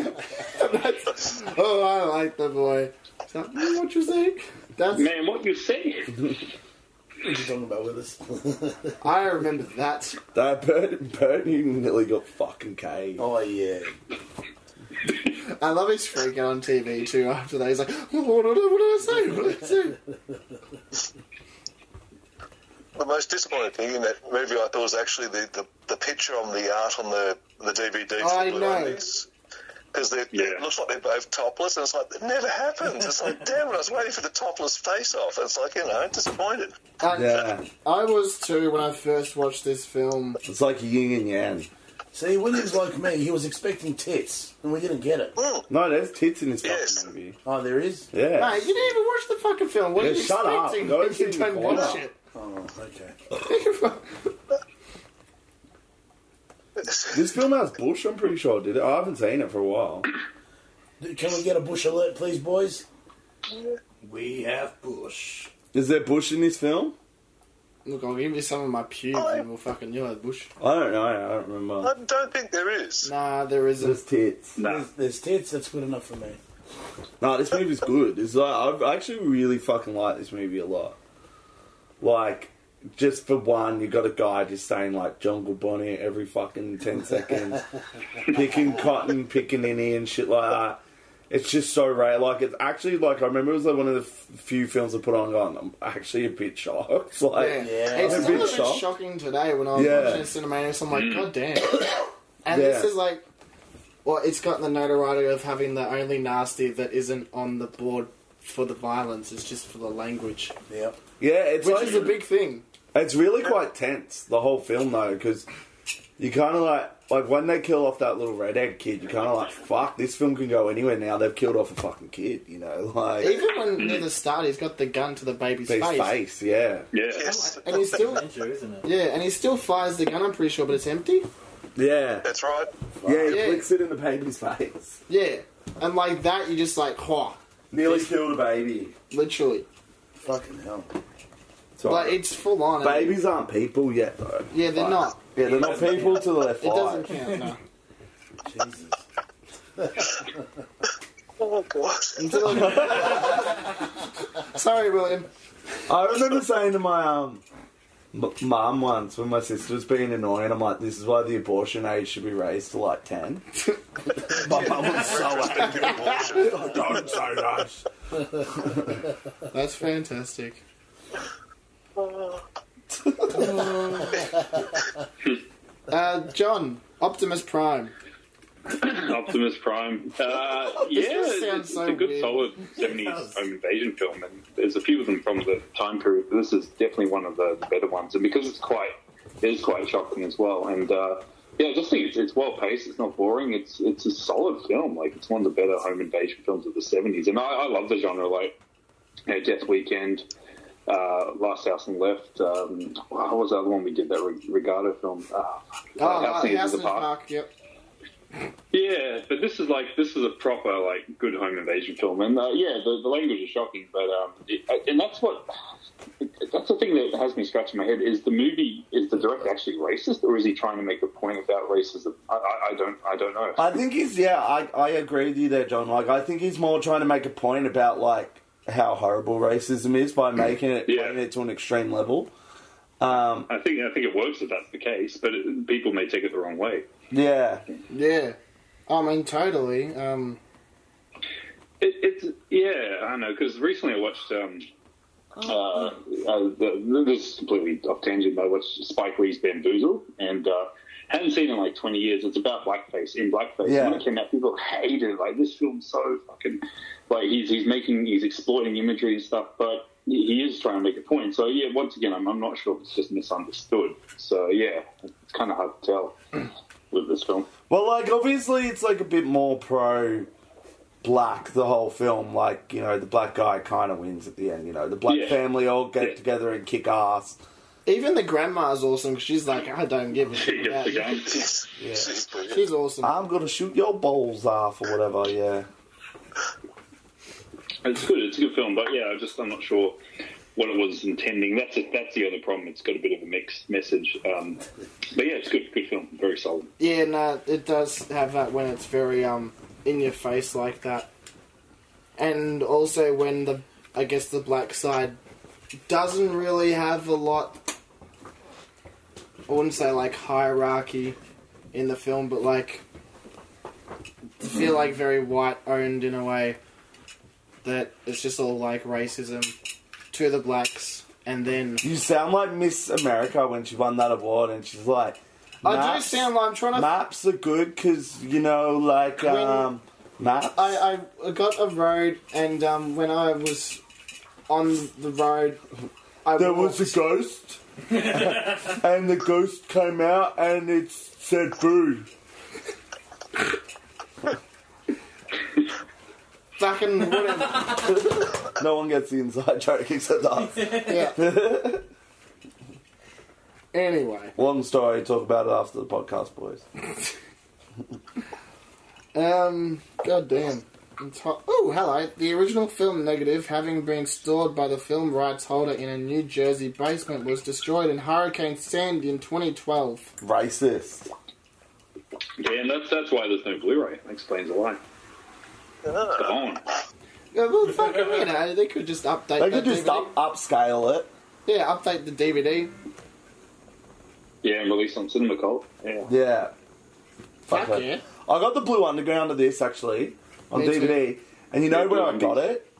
Speaker 6: he's like, what?
Speaker 8: Oh, I like the boy. Is that what you think? That's
Speaker 5: Man, what you say?
Speaker 9: What are you talking about with us?
Speaker 8: I remember that.
Speaker 6: That Bert, Bert Newton nearly got fucking caged.
Speaker 9: oh yeah.
Speaker 8: I love he's freaking on TV too. After that, he's like, oh, what, did I- what did I say? What did I say?
Speaker 7: the most disappointing thing in that movie I thought was actually the, the, the picture on the art on the the DVD.
Speaker 8: I know.
Speaker 7: Because it
Speaker 5: Yeah.
Speaker 7: looks like they're both topless, and it's like it never happens. It's like, damn it! I was waiting for the topless face off. It's like you know, disappointed.
Speaker 8: I,
Speaker 6: Yeah,
Speaker 8: I was too when I first watched this film.
Speaker 6: it's like yin and yang.
Speaker 9: See, when he was like me, he was expecting tits, and we didn't get it.
Speaker 6: No, there's tits in this fucking
Speaker 7: Yes.
Speaker 6: movie.
Speaker 9: Oh, there is.
Speaker 6: Yeah.
Speaker 8: Mate, you didn't even watch the fucking film. What
Speaker 6: Yeah,
Speaker 8: are you
Speaker 6: shut up.
Speaker 8: expecting?
Speaker 6: Go
Speaker 8: You
Speaker 6: sit in the
Speaker 8: don't know
Speaker 6: corner.
Speaker 8: shit.
Speaker 9: Oh, okay.
Speaker 6: This film has Bush, I'm pretty sure, did it? I haven't seen it for a while.
Speaker 9: D- Can we get a bush alert, please, boys?
Speaker 10: We have Bush.
Speaker 6: Is there Bush in this film?
Speaker 8: Look, I'll give you some of my pubes and we'll fucking yell at Bush.
Speaker 6: I don't know, I don't remember.
Speaker 7: I don't think there is.
Speaker 8: Nah, there isn't.
Speaker 6: There's tits.
Speaker 5: Nah.
Speaker 9: There's, there's tits. That's good enough for me.
Speaker 6: No, this movie's good. It's like I actually really fucking like this movie a lot. Like, just for one, you got a guy just saying like jungle bonnet every fucking ten seconds, picking cotton, picking innie and shit like that. It's just so rare. Like it's actually like I remember it was like one of the f- few films I put on. Going, I'm actually a bit shocked. Like,
Speaker 8: Yeah.
Speaker 9: Yeah.
Speaker 8: It's
Speaker 6: I'm a
Speaker 8: still a
Speaker 6: bit
Speaker 8: bit
Speaker 6: shocked.
Speaker 8: shocking today when I was
Speaker 6: Yeah.
Speaker 8: watching Cinemanus. I'm like, god damn. And this
Speaker 6: Yeah.
Speaker 8: is like, well, it's got the notoriety of having the only nasty that isn't on the board for the violence. It's just for the language,
Speaker 9: Yep.
Speaker 6: yeah, it's
Speaker 8: which
Speaker 6: like,
Speaker 8: is a big thing.
Speaker 6: It's really quite tense the whole film though, because you kind of like like when they kill off that little redhead kid, you kind of like fuck. This film can go anywhere now. They've killed off a fucking kid, you know, like
Speaker 8: Even when near the start, he's got the gun to the baby's
Speaker 6: his
Speaker 8: face,
Speaker 6: face, yeah,
Speaker 5: Yeah.
Speaker 7: Yes,
Speaker 8: and he still,
Speaker 10: Andrew, isn't it?
Speaker 8: yeah, and he still fires the gun. I'm pretty sure, but it's empty.
Speaker 6: yeah,
Speaker 7: that's right.
Speaker 6: yeah. He
Speaker 8: Yeah.
Speaker 6: flicks it in the baby's face.
Speaker 8: Yeah, and like that, you just like, "Hwah,"
Speaker 6: Nearly killed a baby.
Speaker 8: literally.
Speaker 9: Fucking hell.
Speaker 6: So
Speaker 8: Like it's full on. and-
Speaker 6: babies aren't people yet though.
Speaker 8: Yeah, they're
Speaker 6: Like,
Speaker 8: not.
Speaker 6: Yeah, they're not people till they're
Speaker 8: It doesn't
Speaker 6: five.
Speaker 8: count. No.
Speaker 9: Jesus.
Speaker 7: Oh god.
Speaker 8: Until Sorry, William.
Speaker 6: I remember saying to my um m- mum once when my sister was being annoying, I'm like, this is why the abortion age should be raised to like ten. my mum was so angry.
Speaker 7: Give it a watch.
Speaker 6: Oh, Don't say that.
Speaker 8: That's fantastic. uh, John, Optimus Prime.
Speaker 5: Optimus Prime. Uh, yeah,
Speaker 8: just sounds
Speaker 5: it's,
Speaker 8: so
Speaker 5: it's a good
Speaker 8: weird.
Speaker 5: solid 70s home invasion film, and there's a few of them from the time period, but this is definitely one of the, the better ones. And because it's quite, it is quite shocking as well. And uh, yeah, I just think it's, it's well paced, it's not boring, it's it's a solid film. Like, it's one of the better home invasion films of the 70s. And I, I love the genre, like, you know, Death Weekend. Uh, Last House and Left. Um, what was the other one we did? That Reg- Regatta film. Uh,
Speaker 8: Oh, uh,
Speaker 5: Needed
Speaker 8: House in the Park. Yep.
Speaker 5: yeah, but this is like this is a proper like good home invasion film, and uh, yeah, the, the language is shocking, but um, it, and that's what that's the thing that has me scratching my head is the movie is the director actually racist or is he trying to make a point about racism? I, I, I don't I don't know.
Speaker 6: I think he's yeah. I I agree with you there, John. Like I think he's more trying to make a point about like how horrible racism is by making it
Speaker 5: Yeah.
Speaker 6: playing it to an extreme level.
Speaker 5: I think I think it works if that's the case, but it, people may take it the wrong way.
Speaker 6: Yeah,
Speaker 8: Yeah. Oh, I mean, totally. Um,
Speaker 5: It, it's yeah, I know because recently I watched um, uh, uh, the, this is completely off tangent, but I watched Spike Lee's Bamboozle and uh, hadn't seen it in like twenty years. It's about blackface in blackface.
Speaker 6: Yeah.
Speaker 5: And when it came out, people hated it. like this film's so fucking like he's he's making he's exploiting imagery and stuff, but he he is trying to make a point. So yeah, once again, I'm I'm not sure if it's just misunderstood. So yeah, it's kind of hard to tell with this film.
Speaker 6: Well, like obviously, it's like a bit more pro black the whole film. Like you know, the black guy kind of wins at the end. You know, the black
Speaker 5: Yeah.
Speaker 6: family all get
Speaker 5: Yeah.
Speaker 6: together and kick ass.
Speaker 8: even the grandma's awesome. 'cause She's like, I don't give a shit.
Speaker 5: Yes,
Speaker 8: about you."
Speaker 5: again.
Speaker 7: Yes. Jeez, brilliant.
Speaker 8: She's awesome.
Speaker 6: I'm gonna shoot your balls off or whatever. Yeah,
Speaker 5: It's good. It's a good film, but yeah, I just I'm not sure what it was intending. That's it. That's the other problem. It's got a bit of a mixed message. Um, but yeah, it's good. Good film. Very solid.
Speaker 8: Yeah, no, it does have that when it's very um in your face like that, and also when the I guess the black side doesn't really have a lot. I wouldn't say like hierarchy in the film, but like I feel like very white owned in a way that it's just all like racism to the blacks, and then
Speaker 6: You sound like Miss America when she won that award, and she's like,
Speaker 8: I do
Speaker 6: "Maps-
Speaker 8: sound like I'm trying to
Speaker 6: maps are good because you know, like
Speaker 8: When-
Speaker 6: um, maps."
Speaker 8: I, I got a road, and um, when I was on the road, I
Speaker 6: there
Speaker 8: walked-
Speaker 6: was a ghost, and the ghost came out and it said boo.
Speaker 8: fucking whatever.
Speaker 6: No one gets the inside joke except us.
Speaker 8: yeah. Anyway,
Speaker 6: Long story, talk about it after the podcast, boys.
Speaker 8: um, goddamn. It's hot. Oh, hello. The original film negative, having been stored by the film rights holder in a New Jersey basement, was destroyed in Hurricane Sandy in 2012.
Speaker 6: Racist.
Speaker 5: Yeah, and that's that's why there's no Blu-ray. That explains a lot. It's gone.
Speaker 8: Yeah, well, fuck, I mean, eh, they could just update.
Speaker 6: They
Speaker 8: that
Speaker 6: could just
Speaker 8: DVD.
Speaker 6: up, upscale it.
Speaker 8: Yeah, update the DVD.
Speaker 5: Yeah, and released on Cinema Cult. Yeah.
Speaker 6: Yeah.
Speaker 8: Fuck
Speaker 6: it.
Speaker 8: yeah.
Speaker 6: I got the Blue Underground of this actually on
Speaker 8: Me
Speaker 6: DVD, and you know
Speaker 5: Yeah,
Speaker 6: where I
Speaker 5: Blue
Speaker 6: got it?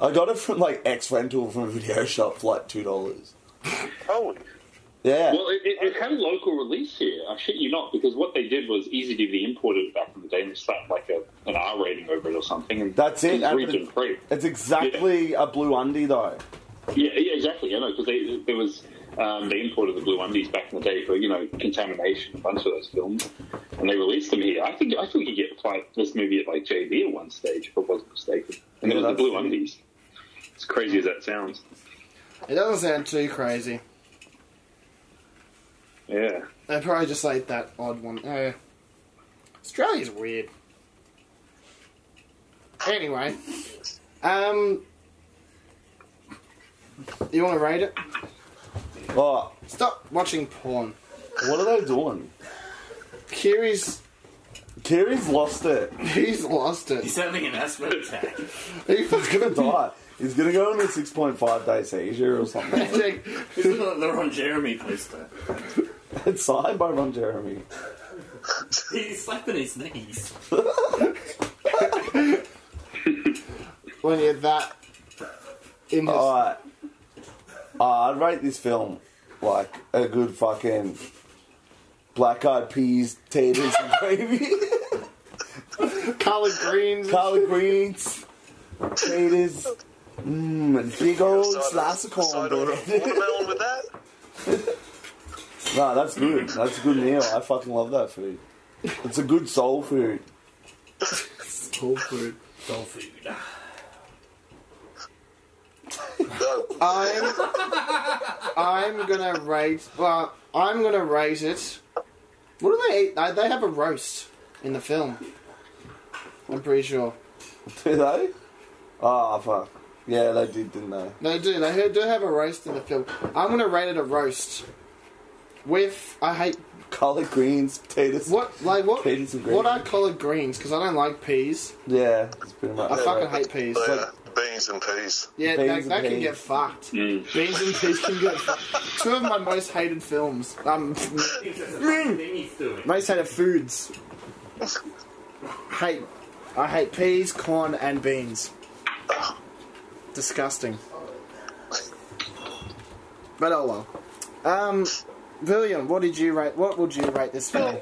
Speaker 6: I got it from like X rental from a video shop for like two dollars.
Speaker 7: Holy.
Speaker 6: Yeah,
Speaker 5: Well, it, it, it had a local release here. I shit you not, because what they did was Easy DVD imported it back in the day and they slapped like a, an R rating over it or something. And
Speaker 6: That's it,
Speaker 5: It's
Speaker 6: happened-
Speaker 5: region free.
Speaker 6: it's exactly a blue undie though.
Speaker 5: Yeah, yeah, exactly. I know because there was um, they imported the blue undies back in the day for you know contamination, a bunch of those films, and they released them here. I think I think you get like this movie at like JB at one stage, if I wasn't mistaken, and
Speaker 6: Yeah,
Speaker 5: it was the
Speaker 6: that's
Speaker 5: blue
Speaker 6: it.
Speaker 5: undies. As crazy as that sounds,
Speaker 8: It doesn't sound too crazy.
Speaker 5: yeah.
Speaker 8: They probably just like that odd one. Uh, Australia's weird. Anyway, um, you want to rate it?
Speaker 6: Oh,
Speaker 8: Stop watching porn.
Speaker 6: what are they doing?
Speaker 8: Kiri's
Speaker 6: Kiri's lost it.
Speaker 8: he's lost it.
Speaker 1: He's having an asthma attack.
Speaker 8: He
Speaker 6: He's
Speaker 8: fucking
Speaker 6: gonna die. He's gonna go on a six point five day seizure or something.
Speaker 8: like,
Speaker 1: He's looking like the Ron Jeremy poster.
Speaker 6: it's signed by Ron Jeremy.
Speaker 1: He's slapping his knees.
Speaker 8: when you're that in his,
Speaker 6: All right, uh, I'd rate this film like a good fucking black eyed peas, taters, and gravy.
Speaker 8: collard greens.
Speaker 6: collard greens, potatoes, mmm, and big old slice of corn
Speaker 7: Side order of
Speaker 6: bread.
Speaker 7: watermelon with that?
Speaker 6: nah, that's good. That's a good meal. I fucking love that food. It's a good soul food.
Speaker 8: Soul food.
Speaker 1: Soul food.
Speaker 7: No,
Speaker 8: I'm I'm gonna rate. Well, I'm gonna rate it. What do they eat? They they have a roast in the film. I'm pretty sure
Speaker 6: Do they? Ah, fuck. Yeah, they did, didn't they?
Speaker 8: they do. They ha- do have a roast in the film. I'm gonna rate it a roast. With I hate
Speaker 6: Collard greens, potatoes.
Speaker 8: what like what
Speaker 6: Peas and
Speaker 8: what
Speaker 6: gravy.
Speaker 8: I call it greens because I don't like peas.
Speaker 6: Yeah, it's pretty much.
Speaker 8: I
Speaker 6: it.
Speaker 8: fucking hate peas.
Speaker 7: yeah, beans and peas.
Speaker 8: Yeah,
Speaker 6: Beans
Speaker 8: that,
Speaker 6: and
Speaker 8: that can
Speaker 6: peas.
Speaker 8: get fucked. Beans and peas can get fucked. Two of my most hated films. Um, most hated foods. Hate. I hate peas, corn, and beans. Disgusting. But oh well. Um, William, what did you rate? What would you rate this film?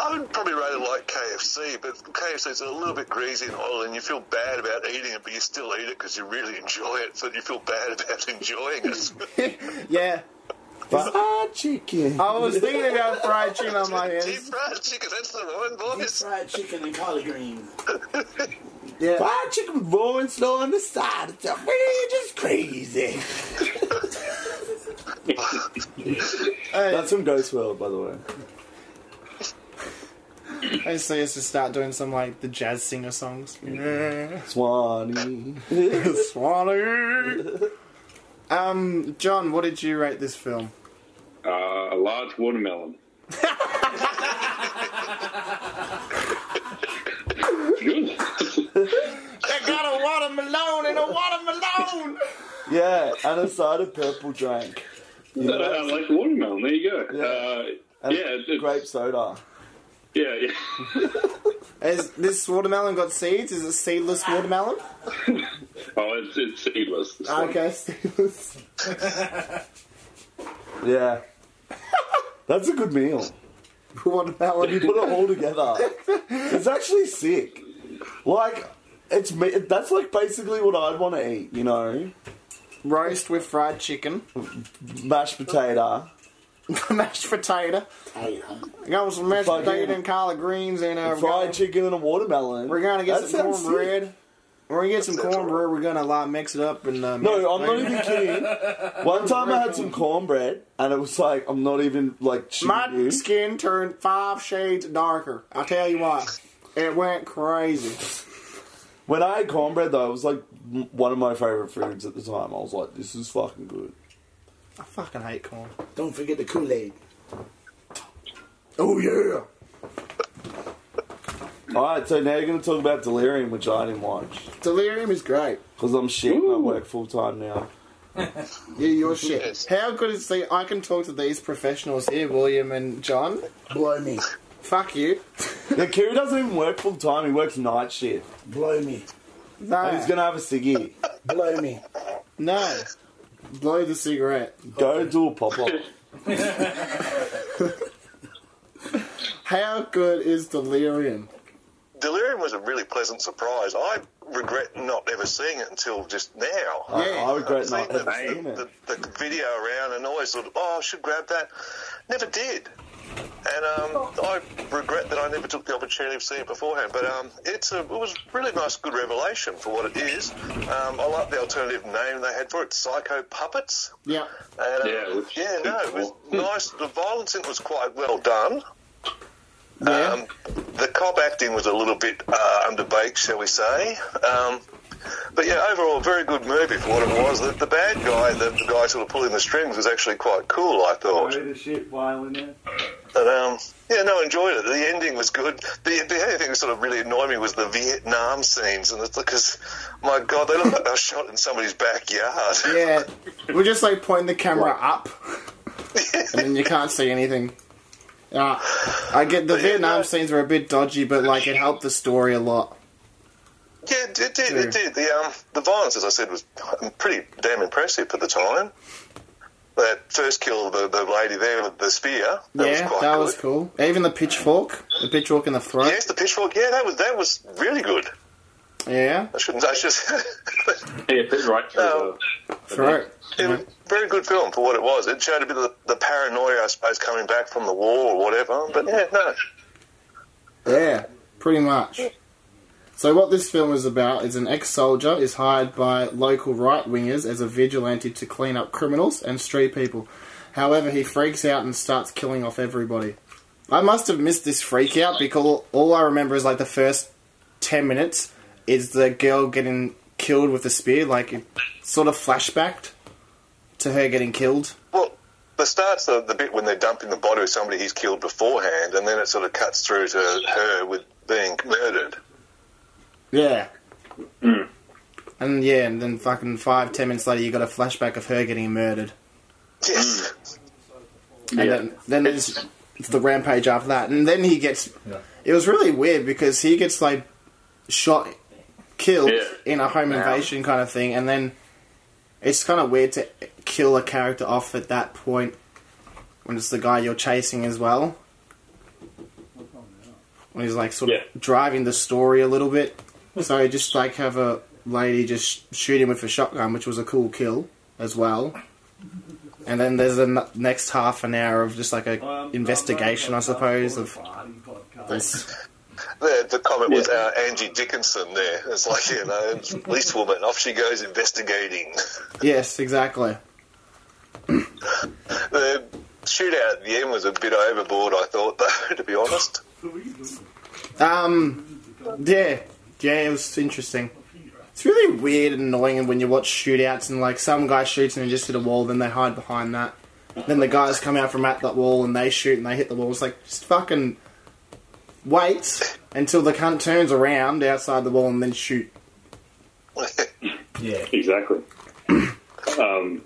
Speaker 7: I would probably rate it like KFC, but KFC's a little bit greasy and oily, and you feel bad about eating it, but you still eat it because you really enjoy it, so you feel bad about enjoying it.
Speaker 8: Yeah,
Speaker 6: But- fried chicken.
Speaker 8: I was thinking about fried chicken on my
Speaker 7: Deep
Speaker 8: hands.
Speaker 7: fried chicken, that's the one, boys.
Speaker 9: Fried chicken and collard greens.
Speaker 8: Yeah,
Speaker 6: Fried chicken roaring slow on the side. It's a- we're just crazy.
Speaker 8: hey,
Speaker 6: That's from Ghost World, by the way.
Speaker 8: I just say us to start doing some like the jazz singer songs.
Speaker 6: Swanee.
Speaker 8: Swanee. Um, John, what did you rate this film?
Speaker 5: Uh, a large watermelon. Good.
Speaker 8: I got a watermelon and a watermelon.
Speaker 6: Yeah, and a side of purple drink. You
Speaker 5: I,
Speaker 6: know,
Speaker 5: uh, like watermelon. There you go. Yeah, uh,
Speaker 6: and
Speaker 5: yeah, it- it-
Speaker 6: grape soda.
Speaker 5: yeah, yeah.
Speaker 8: Has this watermelon got seeds? Is it seedless watermelon?
Speaker 5: Oh, it's, it's seedless. It's like-
Speaker 8: Okay, seedless.
Speaker 6: Yeah. That's a good meal. You
Speaker 8: Watermelon.
Speaker 6: put it all together. It's actually sick. Like, it's me. That's like basically what I'd want to eat. You know,
Speaker 8: Roast with fried chicken.
Speaker 6: mashed potato.
Speaker 8: mashed potato. I got some mashed
Speaker 6: Fucking-
Speaker 8: potato and collard greens and uh, we're
Speaker 6: fried
Speaker 8: gonna-
Speaker 6: chicken and a watermelon.
Speaker 8: We're gonna get
Speaker 6: That
Speaker 8: some
Speaker 6: sounds
Speaker 8: cornbread.
Speaker 6: sick.
Speaker 8: When we get some cornbread, we're gonna like mix it up and uh,
Speaker 6: No, I'm not even kidding. One time I had some cornbread and it was like I'm not even like cheating
Speaker 8: My
Speaker 6: you.
Speaker 8: skin turned five shades darker. I tell you what, it went crazy.
Speaker 6: When I had cornbread though, it was like m- one of my favorite foods at the time. I was like, this is fucking good.
Speaker 8: I fucking hate corn.
Speaker 9: Don't forget the Kool Aid. Oh yeah.
Speaker 6: All right, so now you're gonna talk about Delirium, which I didn't watch
Speaker 8: Delirium is great.
Speaker 6: because I'm shit and I work full time now.
Speaker 8: Yeah, your shit.
Speaker 7: Yes.
Speaker 8: How good is the? I can talk to these professionals here, William and John.
Speaker 9: Blow me.
Speaker 8: Fuck you.
Speaker 6: Yeah, Kiri doesn't even work full time. He works night shift.
Speaker 9: Blow me.
Speaker 8: No,
Speaker 6: And
Speaker 8: Ah.
Speaker 6: he's gonna have a ciggy.
Speaker 9: Blow me.
Speaker 8: no. Blow the cigarette.
Speaker 6: Go do a pop up.
Speaker 8: How good is Delirium?
Speaker 7: Delirium was a really pleasant surprise. I regret not ever seeing it until just now.
Speaker 6: I, I regret
Speaker 7: I've
Speaker 6: not
Speaker 7: seen the,
Speaker 6: having seen
Speaker 7: the,
Speaker 6: it.
Speaker 7: the, the video around and always thought, oh, I should grab that. Never did. And um, I regret that I never took the opportunity of seeing it beforehand. But um, it's a, it was really nice, good revelation for what it is. Um, I like the alternative name they had for it, Psycho Puppets.
Speaker 8: Yep.
Speaker 7: And, uh,
Speaker 5: Yeah, which-
Speaker 7: yeah, no, it was nice. The violence in it was quite well done.
Speaker 8: Yeah.
Speaker 7: Um, the cop acting was a little bit uh, underbaked, shall we say. Um, but yeah, overall, very good movie for what it was. The, the bad guy, the, the guy sort of pulling the strings, was actually quite cool, I thought.
Speaker 6: the shit violinist.
Speaker 7: But um, yeah, no, enjoyed it. The ending was good. The, the only thing that sort of really annoyed me was the Vietnam scenes, and it's because, my God, they look like they were shot in somebody's backyard.
Speaker 8: Yeah. We're just like pointing the camera up, and then you can't see anything. Uh, I get the
Speaker 7: But yeah,
Speaker 8: Vietnam
Speaker 7: no.
Speaker 8: scenes were a bit dodgy, but like it helped the story a lot.
Speaker 7: Yeah, it did. It did. The um, the violence, as I said, was pretty damn impressive at the time. That first kill, the the lady there with the spear. That
Speaker 8: yeah,
Speaker 7: was quite
Speaker 8: that
Speaker 7: good.
Speaker 8: was cool. Even the pitchfork, the pitchfork in the throat.
Speaker 7: Yes, the pitchfork. Yeah, that was that was really good.
Speaker 8: Yeah,
Speaker 7: I shouldn't. I just.
Speaker 5: yeah, put it right through
Speaker 7: Oh.
Speaker 5: the-
Speaker 8: throat.
Speaker 7: it was a very good film for what it was. It showed a bit of the, the paranoia, I suppose, coming back from the war or whatever. But yeah, no.
Speaker 8: Yeah, pretty much. So what this film is about is an ex-soldier is hired by local right-wingers as a vigilante to clean up criminals and street people. However, he freaks out and starts killing off everybody. I must have missed this freak out because all I remember is like the first 10 minutes is the girl getting killed with a spear, like it sort of flashbacked to her getting killed.
Speaker 7: Well, the start's the, the bit when they're dumping the body of somebody he's killed beforehand, and then it sort of cuts through to her with being murdered.
Speaker 8: Yeah. And yeah, and then fucking five, ten minutes later, you got a flashback of her getting murdered.
Speaker 7: Yes.
Speaker 8: And then, then there's the rampage after that. And then he gets. It was really weird because he gets like shot, killed
Speaker 5: Yeah.
Speaker 8: in a home invasion kind of thing. And then it's kind of weird to kill a character off at that point when it's the guy you're chasing as well. When he's like sort
Speaker 5: Yeah.
Speaker 8: of driving the story a little bit. So just like have a lady just shoot him with a shotgun, which was a cool kill as well. And then there's the n- next half an hour of just like a
Speaker 6: Um, uh,
Speaker 9: Um,
Speaker 8: investigation, I suppose, of this.
Speaker 7: The, the comment was uh, Angie Dickinson there. It's like, you know, police woman, off she goes investigating.
Speaker 8: Yes, exactly.
Speaker 7: The shootout at the end was a bit overboard, I thought, though, to be honest.
Speaker 8: Um, yeah, yeah, it was interesting. It's really weird and annoying when you watch shootouts and like some guy shoots and he just hit a wall, then they hide behind that. Then the guys come out from at that wall and they shoot and they hit the wall. It's like just fucking wait until the cunt turns around outside the wall and then shoot.
Speaker 1: Yeah.
Speaker 5: Exactly. um,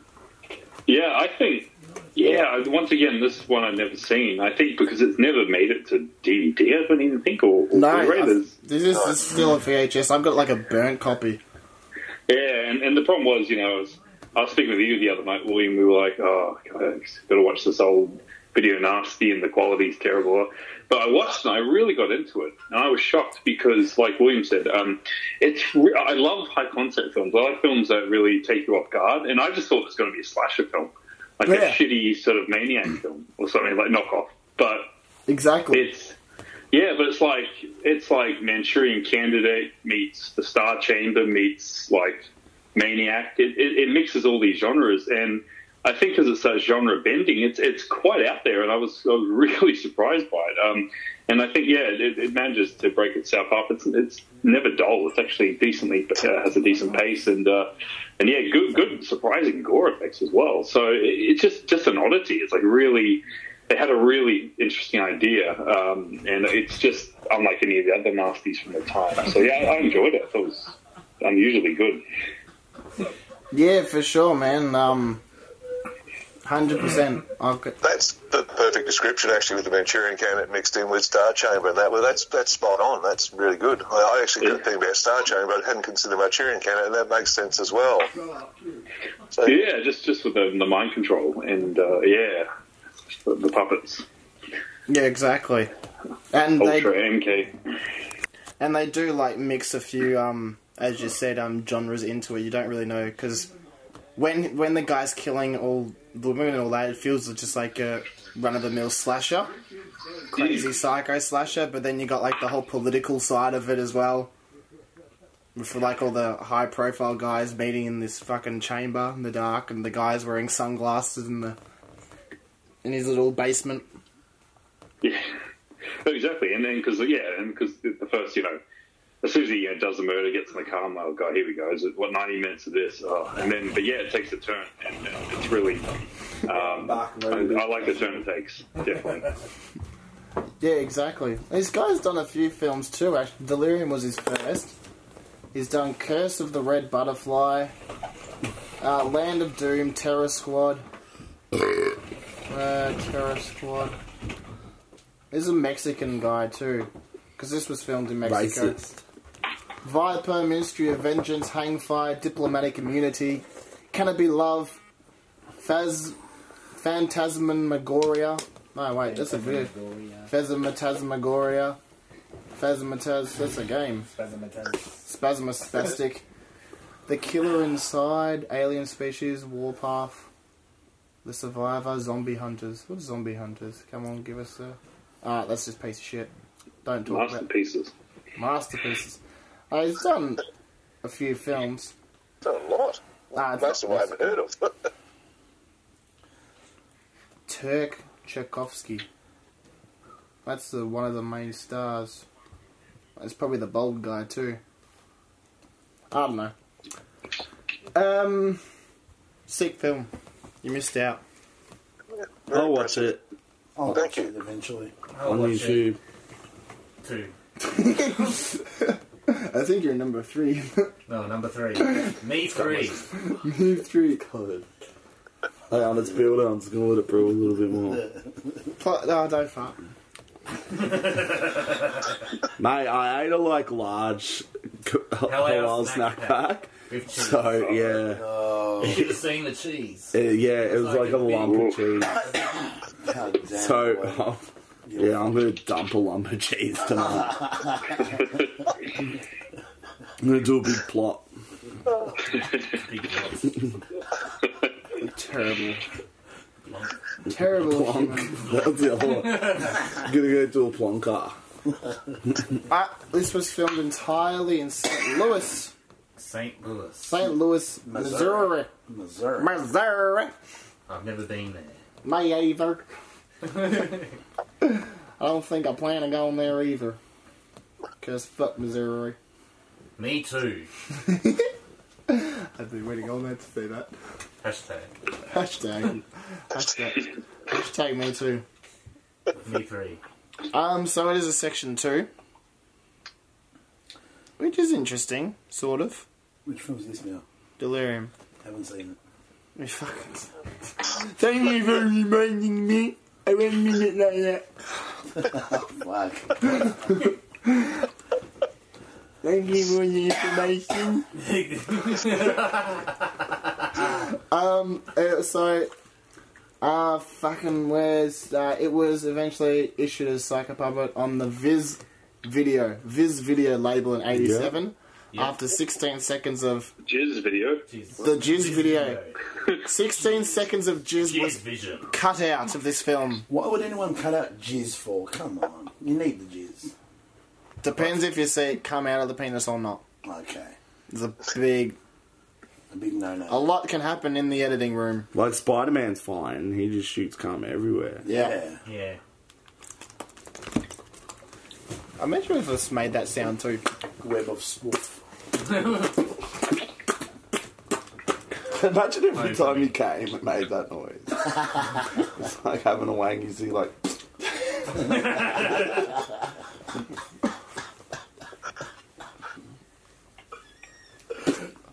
Speaker 5: yeah, I think. Yeah, I- once again, this is one I've never seen. I think because it's never made it to DVD. I don't even think or, or
Speaker 8: No,
Speaker 5: Blu-ray.
Speaker 8: I-
Speaker 5: There's-
Speaker 8: this is, this is still a VHS. I've got like a burnt copy.
Speaker 5: Yeah, and, and the problem was, you know, I was, I was speaking with you the other night, William. We were like, oh, God, got to watch this old video nasty and the quality's terrible. But I watched and I really got into it. And I was shocked because, like William said, um, it's re- I love high concept films. I like films that really take you off guard. And I just thought it was going to be a slasher film, like
Speaker 8: Yeah.
Speaker 5: a shitty sort of maniac film or something like knockoff. But
Speaker 8: Exactly.
Speaker 5: it's yeah, but it's like it's like Manchurian Candidate meets The Star Chamber meets like Maniac. It, it, it mixes all these genres, and I think because it's so genre bending, it's it's quite out there, and I was, I was really surprised by it. Um, and I think yeah, it, it manages to break itself up. It's it's never dull. It's actually decently uh, has a decent pace, and uh, and yeah, good good surprising gore effects as well. So it, it's just just an oddity. It's like really they had a really interesting idea, um, and it's just unlike any of the other nasties from the time. So yeah, I enjoyed it. I thought it was unusually good.
Speaker 8: Yeah, for sure, man. Um, hundred percent. I've got.
Speaker 7: That's the perfect description, actually, with the Manchurian candidate mixed in with Star Chamber. and That well, that's that's spot on. That's really good. I, I actually didn't think about Star Chamber, but I hadn't considered Manchurian candidate, and that makes sense as well. So,
Speaker 5: Yeah, just just with the, the mind control and uh, yeah, the, the puppets,
Speaker 8: Yeah, exactly. And they
Speaker 5: Ultra MK.
Speaker 8: and they do like mix a few um as you said um genres into it you don't really know because when when the guy's killing all the women and all that it feels just like a run-of-the-mill slasher crazy psycho slasher but then you got like the whole political side of it as well with like all the high profile guys meeting in this fucking chamber in the dark and the guys wearing sunglasses in the in his little basement
Speaker 5: Yeah, exactly. And then because yeah, and because the the first you know, as soon as he you know, does the murder, gets in the car, I'm like, oh god, here we go. Is it what 90 minutes of this? Oh. And then but yeah, it takes a turn, and, uh it's really. Um, I, I like the turn it takes. Definitely.
Speaker 8: Yeah, exactly. This guy's done a few films too. Actually, Delirium was his first. He's done Curse of the Red Butterfly, uh, Land of Doom, Terror Squad, uh, Terror Squad. There's a Mexican guy too, because this was filmed in Mexico.
Speaker 9: Racist.
Speaker 8: Viper, Ministry of Vengeance, Hang Fire, Diplomatic Immunity, Can It Be Love, Faz, Phantasmagoria. No, wait, that's a weird. Phasmatasmagoria. Phasmataz, that's a game. Spasmospastic. the Killer Inside, Alien Species, Warpath, The Survivor, Zombie Hunters. What are Zombie Hunters? Come on, give us a. Alright, that's just piece of shit. Don't talk about
Speaker 5: Masterpieces.
Speaker 8: masterpieces. Uh, he's done a few films.
Speaker 7: done a lot.
Speaker 8: Ah, it's-
Speaker 7: Most of them I haven't heard of.
Speaker 8: Turk Tchaikovsky. That's the one of the main stars. It's probably the bold guy too. I don't know. Um, sick film. You missed out.
Speaker 7: Very
Speaker 9: I'll watch
Speaker 7: impressive.
Speaker 9: it
Speaker 7: Thank
Speaker 9: I'll watch
Speaker 7: you.
Speaker 9: it eventually
Speaker 10: I'll
Speaker 9: on
Speaker 10: watch
Speaker 9: YouTube.
Speaker 10: it
Speaker 1: Oh, Two.
Speaker 8: I think you're number three.
Speaker 1: No, number three. Me three.
Speaker 8: three.
Speaker 9: God. Hey, on its build on, it's gonna let it brew a little bit more.
Speaker 8: Pl- no, don't fart.
Speaker 9: Mate, I ate a like large c- halal snack, pack.
Speaker 1: With cheese.
Speaker 9: So yeah,
Speaker 1: You should have seen the cheese.
Speaker 9: Uh, yeah, it was like,
Speaker 1: like
Speaker 9: a
Speaker 1: a big-
Speaker 9: lump of cheese.
Speaker 6: How damn
Speaker 9: So
Speaker 6: boy.
Speaker 9: um, yeah, I'm gonna dump a lump of cheese tonight. I'm gonna do a big plot.
Speaker 1: Big loss.
Speaker 8: Terrible. Terrible human.
Speaker 9: That's the other one. I'm gonna go do a plonker.
Speaker 8: I, this was filmed entirely in St. Louis,
Speaker 1: St. Louis.
Speaker 8: St. Louis, Missouri.
Speaker 9: Missouri.
Speaker 8: Missouri.
Speaker 1: I've never been there.
Speaker 8: My either. I don't think I plan on going there either. Cause fuck Missouri.
Speaker 1: Me too.
Speaker 8: I've been waiting all night to say that.
Speaker 1: Hashtag.
Speaker 8: Hashtag. Hashtag. Hashtag me too.
Speaker 1: Me three.
Speaker 8: Um, so it is a section two. Which is interesting, sort of.
Speaker 9: Which film's this now?
Speaker 8: Delirium.
Speaker 9: Haven't seen
Speaker 8: You fucking. Thank you for reminding me. Ah I won't mean it like that.
Speaker 9: it. Fuck.
Speaker 8: Thank you for the information. um, uh, so, uh, fucking where's, uh, it was eventually issued as Psychopuppet on the Viz video, Viz video label in 87. After 16 seconds of
Speaker 5: Jizz video.
Speaker 8: the Jizz video, 16 seconds of Jizz
Speaker 1: His
Speaker 8: was
Speaker 1: vision.
Speaker 8: cut out of this film.
Speaker 9: Why would anyone cut out jizz for? Come on. You need the jizz.
Speaker 8: Depends if you see it come out of the penis or not.
Speaker 9: Okay.
Speaker 8: It's a big,
Speaker 9: A big no
Speaker 8: a
Speaker 9: no.
Speaker 8: lot can happen in the editing room.
Speaker 6: Like Spider Man's fine. He just shoots cum everywhere.
Speaker 8: yeah.
Speaker 9: Yeah.
Speaker 1: Yeah.
Speaker 8: I imagine if this made that sound too.
Speaker 9: Web of spoof.
Speaker 6: Imagine every time he came and made that noise. it's like having a wangy see like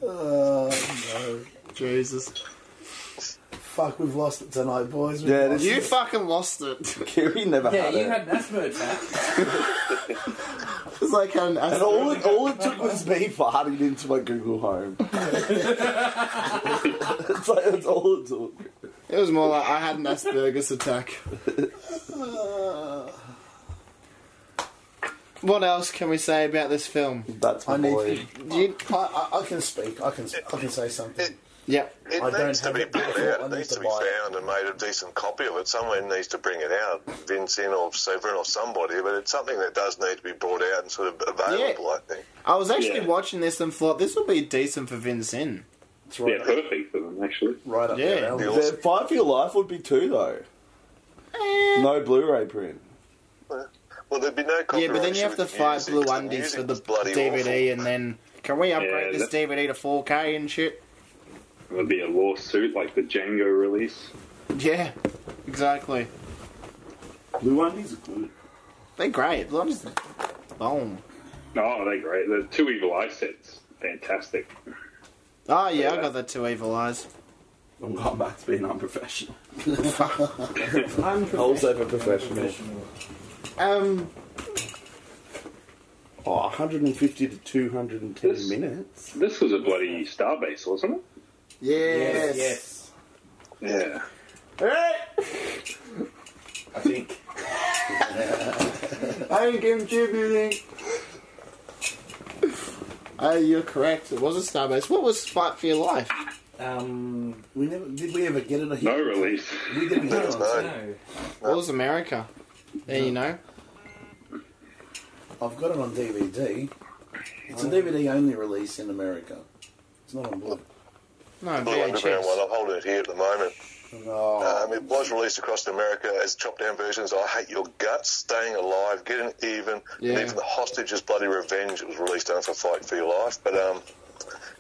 Speaker 9: Oh,
Speaker 8: Jesus.
Speaker 9: Fuck, we've lost it tonight, boys. We've
Speaker 6: Yeah,
Speaker 9: lost
Speaker 8: You
Speaker 9: it.
Speaker 8: fucking lost it.
Speaker 6: Kiri never
Speaker 10: Yeah,
Speaker 6: had
Speaker 10: you
Speaker 6: it.
Speaker 10: had an asthma attack.
Speaker 8: It's like an
Speaker 6: and all it, all it took was me farting into my Google Home. it's like that's all it took.
Speaker 8: It was more like I had an Asperger's attack. what else can we say about this film?
Speaker 6: That's my
Speaker 9: I need
Speaker 6: boy.
Speaker 8: You,
Speaker 9: I, I, I can speak. I can. I can say something.
Speaker 8: yep.
Speaker 7: It
Speaker 9: I don't
Speaker 7: needs to
Speaker 9: have
Speaker 7: be
Speaker 9: it
Speaker 7: put out.
Speaker 9: before. I
Speaker 7: It
Speaker 9: need
Speaker 7: needs
Speaker 9: to
Speaker 7: to be
Speaker 9: buy it.
Speaker 7: found and made a decent copy of it. Someone needs to bring it out, Vincent or Severin or somebody. But it's something that does need to be brought out and sort of available.
Speaker 8: Yeah.
Speaker 7: I think.
Speaker 8: I was actually
Speaker 5: Yeah.
Speaker 8: watching this and thought this will be decent for Vincent.
Speaker 9: It's
Speaker 5: Yeah,
Speaker 9: right, up,
Speaker 5: perfect for them actually.
Speaker 9: right up
Speaker 8: Yeah.
Speaker 9: there. Al.
Speaker 6: The Fight for Your Life would be two though.
Speaker 9: Eh.
Speaker 6: No Blu-ray print.
Speaker 7: Well, there'd be no.
Speaker 8: Yeah, but then you have to fight Blue Undies for the DVD and then. Can we
Speaker 5: Yeah,
Speaker 8: upgrade this
Speaker 5: that-
Speaker 8: DVD to 4K and shit?
Speaker 5: It would be a lawsuit like the Django release.
Speaker 8: Yeah, exactly.
Speaker 6: Blue Undies are good.
Speaker 8: They're great. Blonde is bomb.
Speaker 5: Oh, they're great. The Two Evil Eye sets, fantastic.
Speaker 8: Oh yeah, I got the two evil eyes.
Speaker 6: I'm going back to being unprofessional. also for professional.
Speaker 8: Um,
Speaker 6: Oh, 150 to 210
Speaker 5: This-
Speaker 6: minutes.
Speaker 5: This was a bloody Starbase, wasn't it?
Speaker 8: yes.
Speaker 10: Yes.
Speaker 5: Yeah.
Speaker 1: I think.
Speaker 8: I'm contributing. Oh, you're correct. It was a Starbase. What was Fight for Your Life?
Speaker 10: Um,
Speaker 9: We never did. We ever get it?
Speaker 5: No
Speaker 9: here?
Speaker 5: release.
Speaker 9: We didn't get it. on-
Speaker 10: no.
Speaker 8: What was America? There you know.
Speaker 9: I've got it on DVD. It's a DVD only release in America. It's not on Blu.
Speaker 8: No,
Speaker 7: Blue Underground one.
Speaker 8: VHS.
Speaker 7: I'm holding it here at the moment.
Speaker 9: No.
Speaker 7: Um, it was released across America as chopped down versions. I hate your guts, staying alive, getting even,
Speaker 8: Yeah.
Speaker 7: and even the hostages' bloody revenge. It was released under for Fight for Your Life, but um,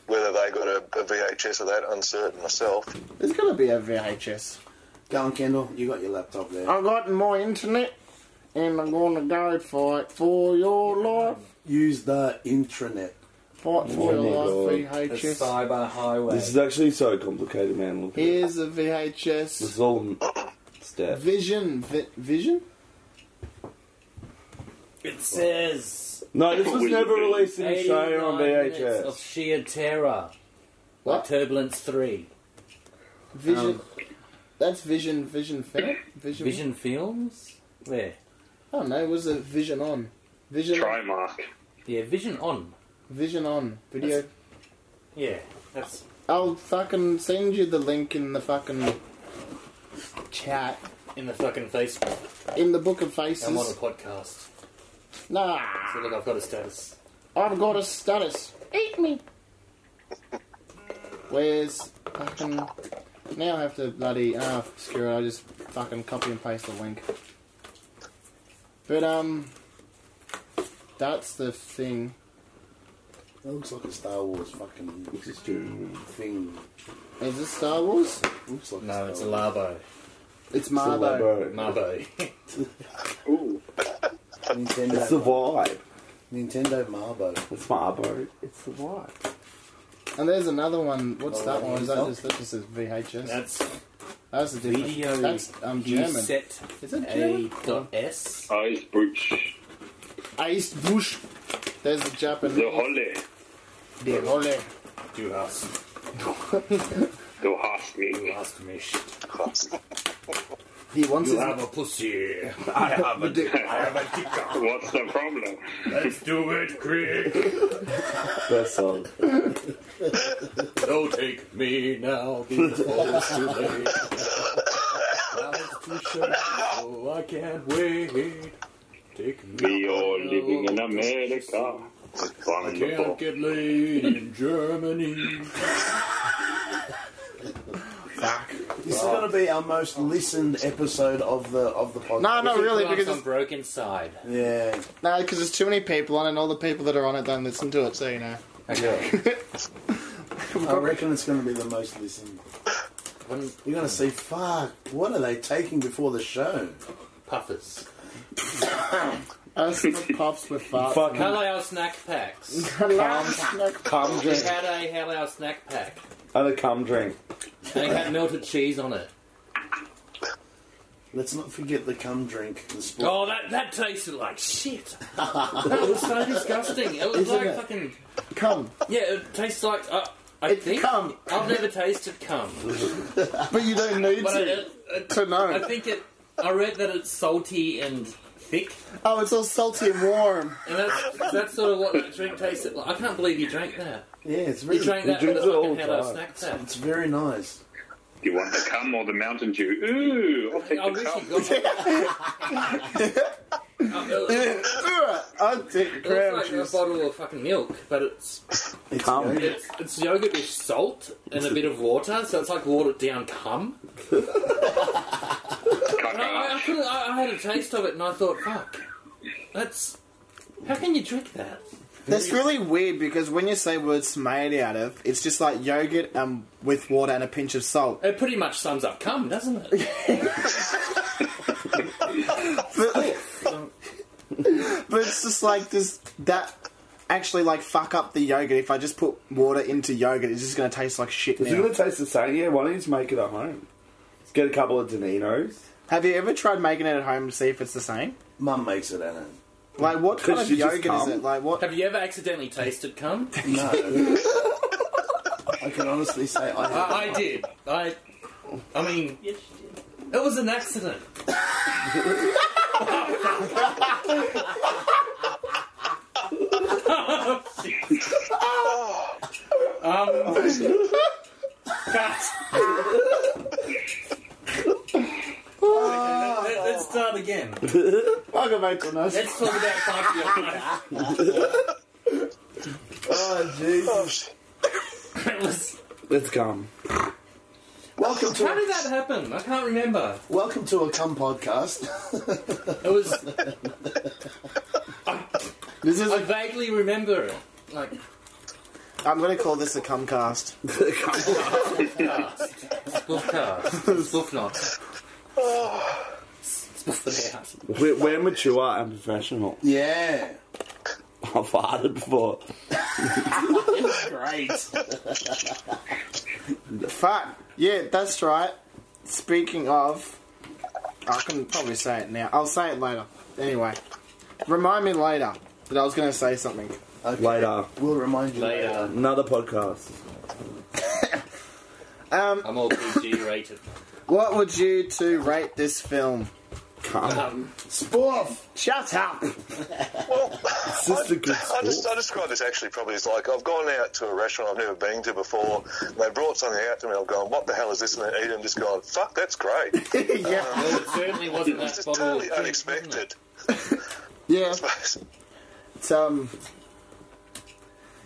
Speaker 7: whether they got a, a VHS of that, uncertain myself.
Speaker 8: There's gotta be a VHS.
Speaker 9: Go on, Kendall. You got your laptop there.
Speaker 8: I've got more internet, and I'm gonna go fight for your life.
Speaker 9: Use the intranet.
Speaker 8: Fight for
Speaker 6: Oh my
Speaker 8: your life.
Speaker 10: The
Speaker 8: VHS.
Speaker 10: cyber highway.
Speaker 6: This is actually so complicated, man. Look at it.
Speaker 8: Here's a
Speaker 6: This
Speaker 8: VHS.
Speaker 6: is all step.
Speaker 8: Vision. Vi- vision.
Speaker 10: it says
Speaker 6: No, this was
Speaker 5: Wouldn't
Speaker 6: never
Speaker 5: be.
Speaker 6: released in
Speaker 10: 89
Speaker 6: Australia on
Speaker 10: minutes of
Speaker 6: VHS.
Speaker 10: sheer terror.
Speaker 8: What?
Speaker 10: Turbulence Um, 3.
Speaker 8: Vision. that's Vision. Vision film. Vision.
Speaker 10: Vision Films? Where?
Speaker 8: I don't know. Was it Vision on? Vision.
Speaker 5: Trimark.
Speaker 10: Yeah, Vision On.
Speaker 8: Vision on video.
Speaker 10: Yeah, that's
Speaker 8: I'll fucking send you the link in the fucking chat
Speaker 10: in the fucking Facebook.
Speaker 8: in the book of
Speaker 10: I'm on a
Speaker 8: faces.
Speaker 10: podcast.
Speaker 8: Nah,
Speaker 10: So look, I've got a status.
Speaker 8: I've got a status. Eat me. Where's fucking? Now I have to bloody ah screw it. I just fucking copy and paste the link. But um, that's the thing.
Speaker 9: That looks like a Star Wars fucking thing.
Speaker 8: Is this Star Wars?
Speaker 9: Looks like
Speaker 1: No,
Speaker 9: a
Speaker 1: it's a
Speaker 9: Star Wars.
Speaker 1: Labo.
Speaker 8: It's Marbo.
Speaker 1: Marbo.
Speaker 5: Ooh,
Speaker 9: Nintendo,
Speaker 6: It's the vibe.
Speaker 9: Nintendo Marbo.
Speaker 6: It's Marbo. It's the vibe.
Speaker 8: And there's another one. What's
Speaker 9: Oh,
Speaker 8: that one? Is that
Speaker 9: yeah.
Speaker 8: just that just says VHS?
Speaker 1: That's
Speaker 8: That's a different.
Speaker 1: Video
Speaker 8: That's um German.
Speaker 1: set
Speaker 8: Is it
Speaker 1: A
Speaker 8: German?
Speaker 1: dot S.
Speaker 5: Eyes Brooch,
Speaker 8: Ice Bush. There's the Japanese.
Speaker 5: the Holle,
Speaker 8: The Holle.
Speaker 1: Do us.
Speaker 5: the Hasmi.
Speaker 1: Last mesh.
Speaker 8: He wants
Speaker 1: You
Speaker 8: his.
Speaker 1: have a pussy. I have a dick. I have a dick.
Speaker 5: What's the problem?
Speaker 1: Let's do it quick.
Speaker 6: Best song.
Speaker 1: Don't take me now. Because it's too late. Now it's too short. Oh, I can't wait. Take me.
Speaker 5: We are living in America.
Speaker 1: Can't
Speaker 5: Wonderful.
Speaker 1: get laid in Germany.
Speaker 9: This is going to be our most listened episode of the of the podcast.
Speaker 8: No, not Oh, really, because it's,
Speaker 1: broken side.
Speaker 9: Yeah.
Speaker 8: no, because there's too many people on, it, and all the people that are on it don't listen to it. So you know.
Speaker 9: Yeah. I reckon it's going to be the most listened. You're going to see, fuck, what are they taking before the show?
Speaker 1: Puffers.
Speaker 8: Us with puffs with farts.
Speaker 1: Hello, snack packs.
Speaker 8: Calm,
Speaker 6: Cum
Speaker 1: We
Speaker 6: drink.
Speaker 1: had a hello snack pack.
Speaker 6: Other cum drink.
Speaker 1: And it had melted cheese on it.
Speaker 9: Let's not forget the cum drink. The sport.
Speaker 10: Oh, that that tasted like shit.
Speaker 1: It was so disgusting. It was
Speaker 8: Isn't
Speaker 1: like
Speaker 8: it?
Speaker 1: fucking.
Speaker 10: Oh.
Speaker 8: come.
Speaker 10: Yeah, it tastes like. Uh, I
Speaker 8: It's
Speaker 10: think
Speaker 8: cum.
Speaker 10: I've never tasted cum,
Speaker 8: But you don't need
Speaker 10: but I,
Speaker 8: to
Speaker 10: it, it,
Speaker 8: to know.
Speaker 10: I think it. I read that it's salty and thick,
Speaker 8: oh, it's all salty and warm.
Speaker 10: and that's that's sort of what that drink tasted like. I can't believe you drank that.
Speaker 9: Yeah, it's
Speaker 10: You
Speaker 9: very,
Speaker 10: drank that
Speaker 6: drinks
Speaker 10: for the
Speaker 6: it all
Speaker 10: fucking Hello
Speaker 6: the
Speaker 10: Snack Pack.
Speaker 9: it's very nice.
Speaker 5: You want the cum or the Mountain Dew?
Speaker 7: Uh,
Speaker 5: Ooh, I'll take
Speaker 10: I
Speaker 5: the
Speaker 10: wish
Speaker 5: cum.
Speaker 10: you got that. Uh, it
Speaker 8: I'll take the
Speaker 10: it
Speaker 8: crown
Speaker 10: looks like a
Speaker 8: juice.
Speaker 10: bottle of fucking milk, but it's
Speaker 9: It's
Speaker 6: Cum.
Speaker 9: very-
Speaker 10: it's, it's yogurt with salt and a bit of water, so it's like watered down cum. And I, I,
Speaker 5: Caca.
Speaker 10: couldn't, I, I had a taste of it and I thought, fuck, that's. How can you drink that?
Speaker 8: That's really weird because when you say words made out of, it's just like yogurt um, with water and a pinch of salt.
Speaker 10: It pretty much sums up cum, doesn't it?
Speaker 8: But, but it's just like this that actually like fuck up the yogurt. If I just put water into yogurt, it's just gonna taste like shit
Speaker 6: Is it
Speaker 8: now.
Speaker 6: going to taste the same? Yeah, why don't you just make it at home? Let's get a couple of Daninos.
Speaker 8: Have you ever tried making it at home to see if it's the same?
Speaker 9: Mum makes it at home.
Speaker 8: Like what kind of
Speaker 6: she just
Speaker 8: yogurt is
Speaker 6: come?
Speaker 8: it? Like what?
Speaker 10: Have you ever accidentally tasted cum?
Speaker 9: No. I can honestly say I have.
Speaker 10: I, I did. I. I mean. It was an accident. Oh, um. Let- Let's start again.
Speaker 8: Welcome back to us.
Speaker 10: Let's talk about fuck your life.
Speaker 9: Oh, jeez.
Speaker 7: Oh, shit.
Speaker 10: It was-
Speaker 6: Let's come.
Speaker 9: Welcome to
Speaker 10: How did that happen? I can't remember.
Speaker 9: welcome to a cum podcast.
Speaker 10: It was.
Speaker 8: This is.
Speaker 10: I
Speaker 8: A,
Speaker 10: vaguely remember it. Like,
Speaker 8: I'm gonna call this a cumcast.
Speaker 10: spoof cars, spoof not. Spoof it out.
Speaker 6: We're, we're mature and professional.
Speaker 9: Yeah.
Speaker 6: I've farted before.
Speaker 8: Great. Fuck. Yeah, that's right. Speaking of, I can probably say it now. I'll say it later. Anyway, remind me later that I was going to say something.
Speaker 9: Okay.
Speaker 6: Later.
Speaker 9: We'll remind you later.
Speaker 1: Later.
Speaker 6: Another podcast.
Speaker 1: I'm all PG rated.
Speaker 8: What would you two rate this film?
Speaker 6: Come.
Speaker 9: Spoof!
Speaker 8: Shut up.
Speaker 7: Well,
Speaker 6: It's just a good
Speaker 7: I just I
Speaker 6: sport.
Speaker 7: describe this actually probably as like I've gone out to a restaurant I've never been to before. And they brought something out to me. I've gone, what the hell is this? And I eat it and just gone, fuck, that's great.
Speaker 8: yeah.
Speaker 1: Well, it certainly wasn't that
Speaker 7: This is
Speaker 1: bottle of
Speaker 7: totally
Speaker 1: drink,
Speaker 7: unexpected.
Speaker 8: Yeah. It's um.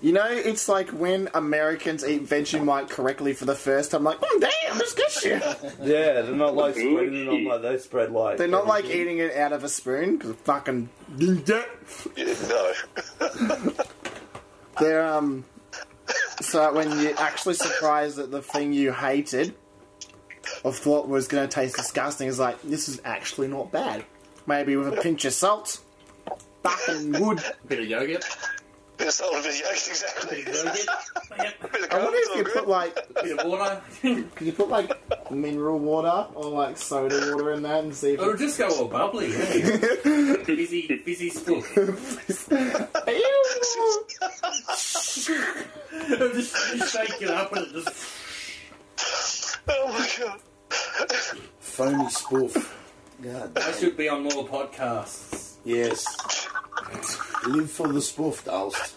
Speaker 8: You know, it's like when Americans eat Vegemite correctly for the first time, like, mm, damn, it's good shit.
Speaker 6: Yeah, they're not like spreading it on like they spread like.
Speaker 8: They're not like eating it out of a spoon because fucking.
Speaker 7: no.
Speaker 8: They're um. So when you're actually surprised that the thing you hated or thought was going to taste disgusting is like, this is actually not bad. Maybe with a pinch of salt, fucking wood.
Speaker 10: Bit of yogurt.
Speaker 7: It's all the yolks, exactly. Bit of
Speaker 8: I wonder
Speaker 7: coke, it's
Speaker 8: if
Speaker 7: all
Speaker 8: you
Speaker 7: good.
Speaker 8: put like,
Speaker 10: Bit of water.
Speaker 8: could you put like mineral water or like soda water in that and see if
Speaker 10: It'll
Speaker 8: it
Speaker 10: just go all bubbly. Yeah. fizzy, fizzy spook. It'll just, just shake it up and it just.
Speaker 7: Oh my god.
Speaker 12: Foamy spoof. God.
Speaker 10: I should be on more podcasts.
Speaker 12: Yes. Live for the spoof, Dalst.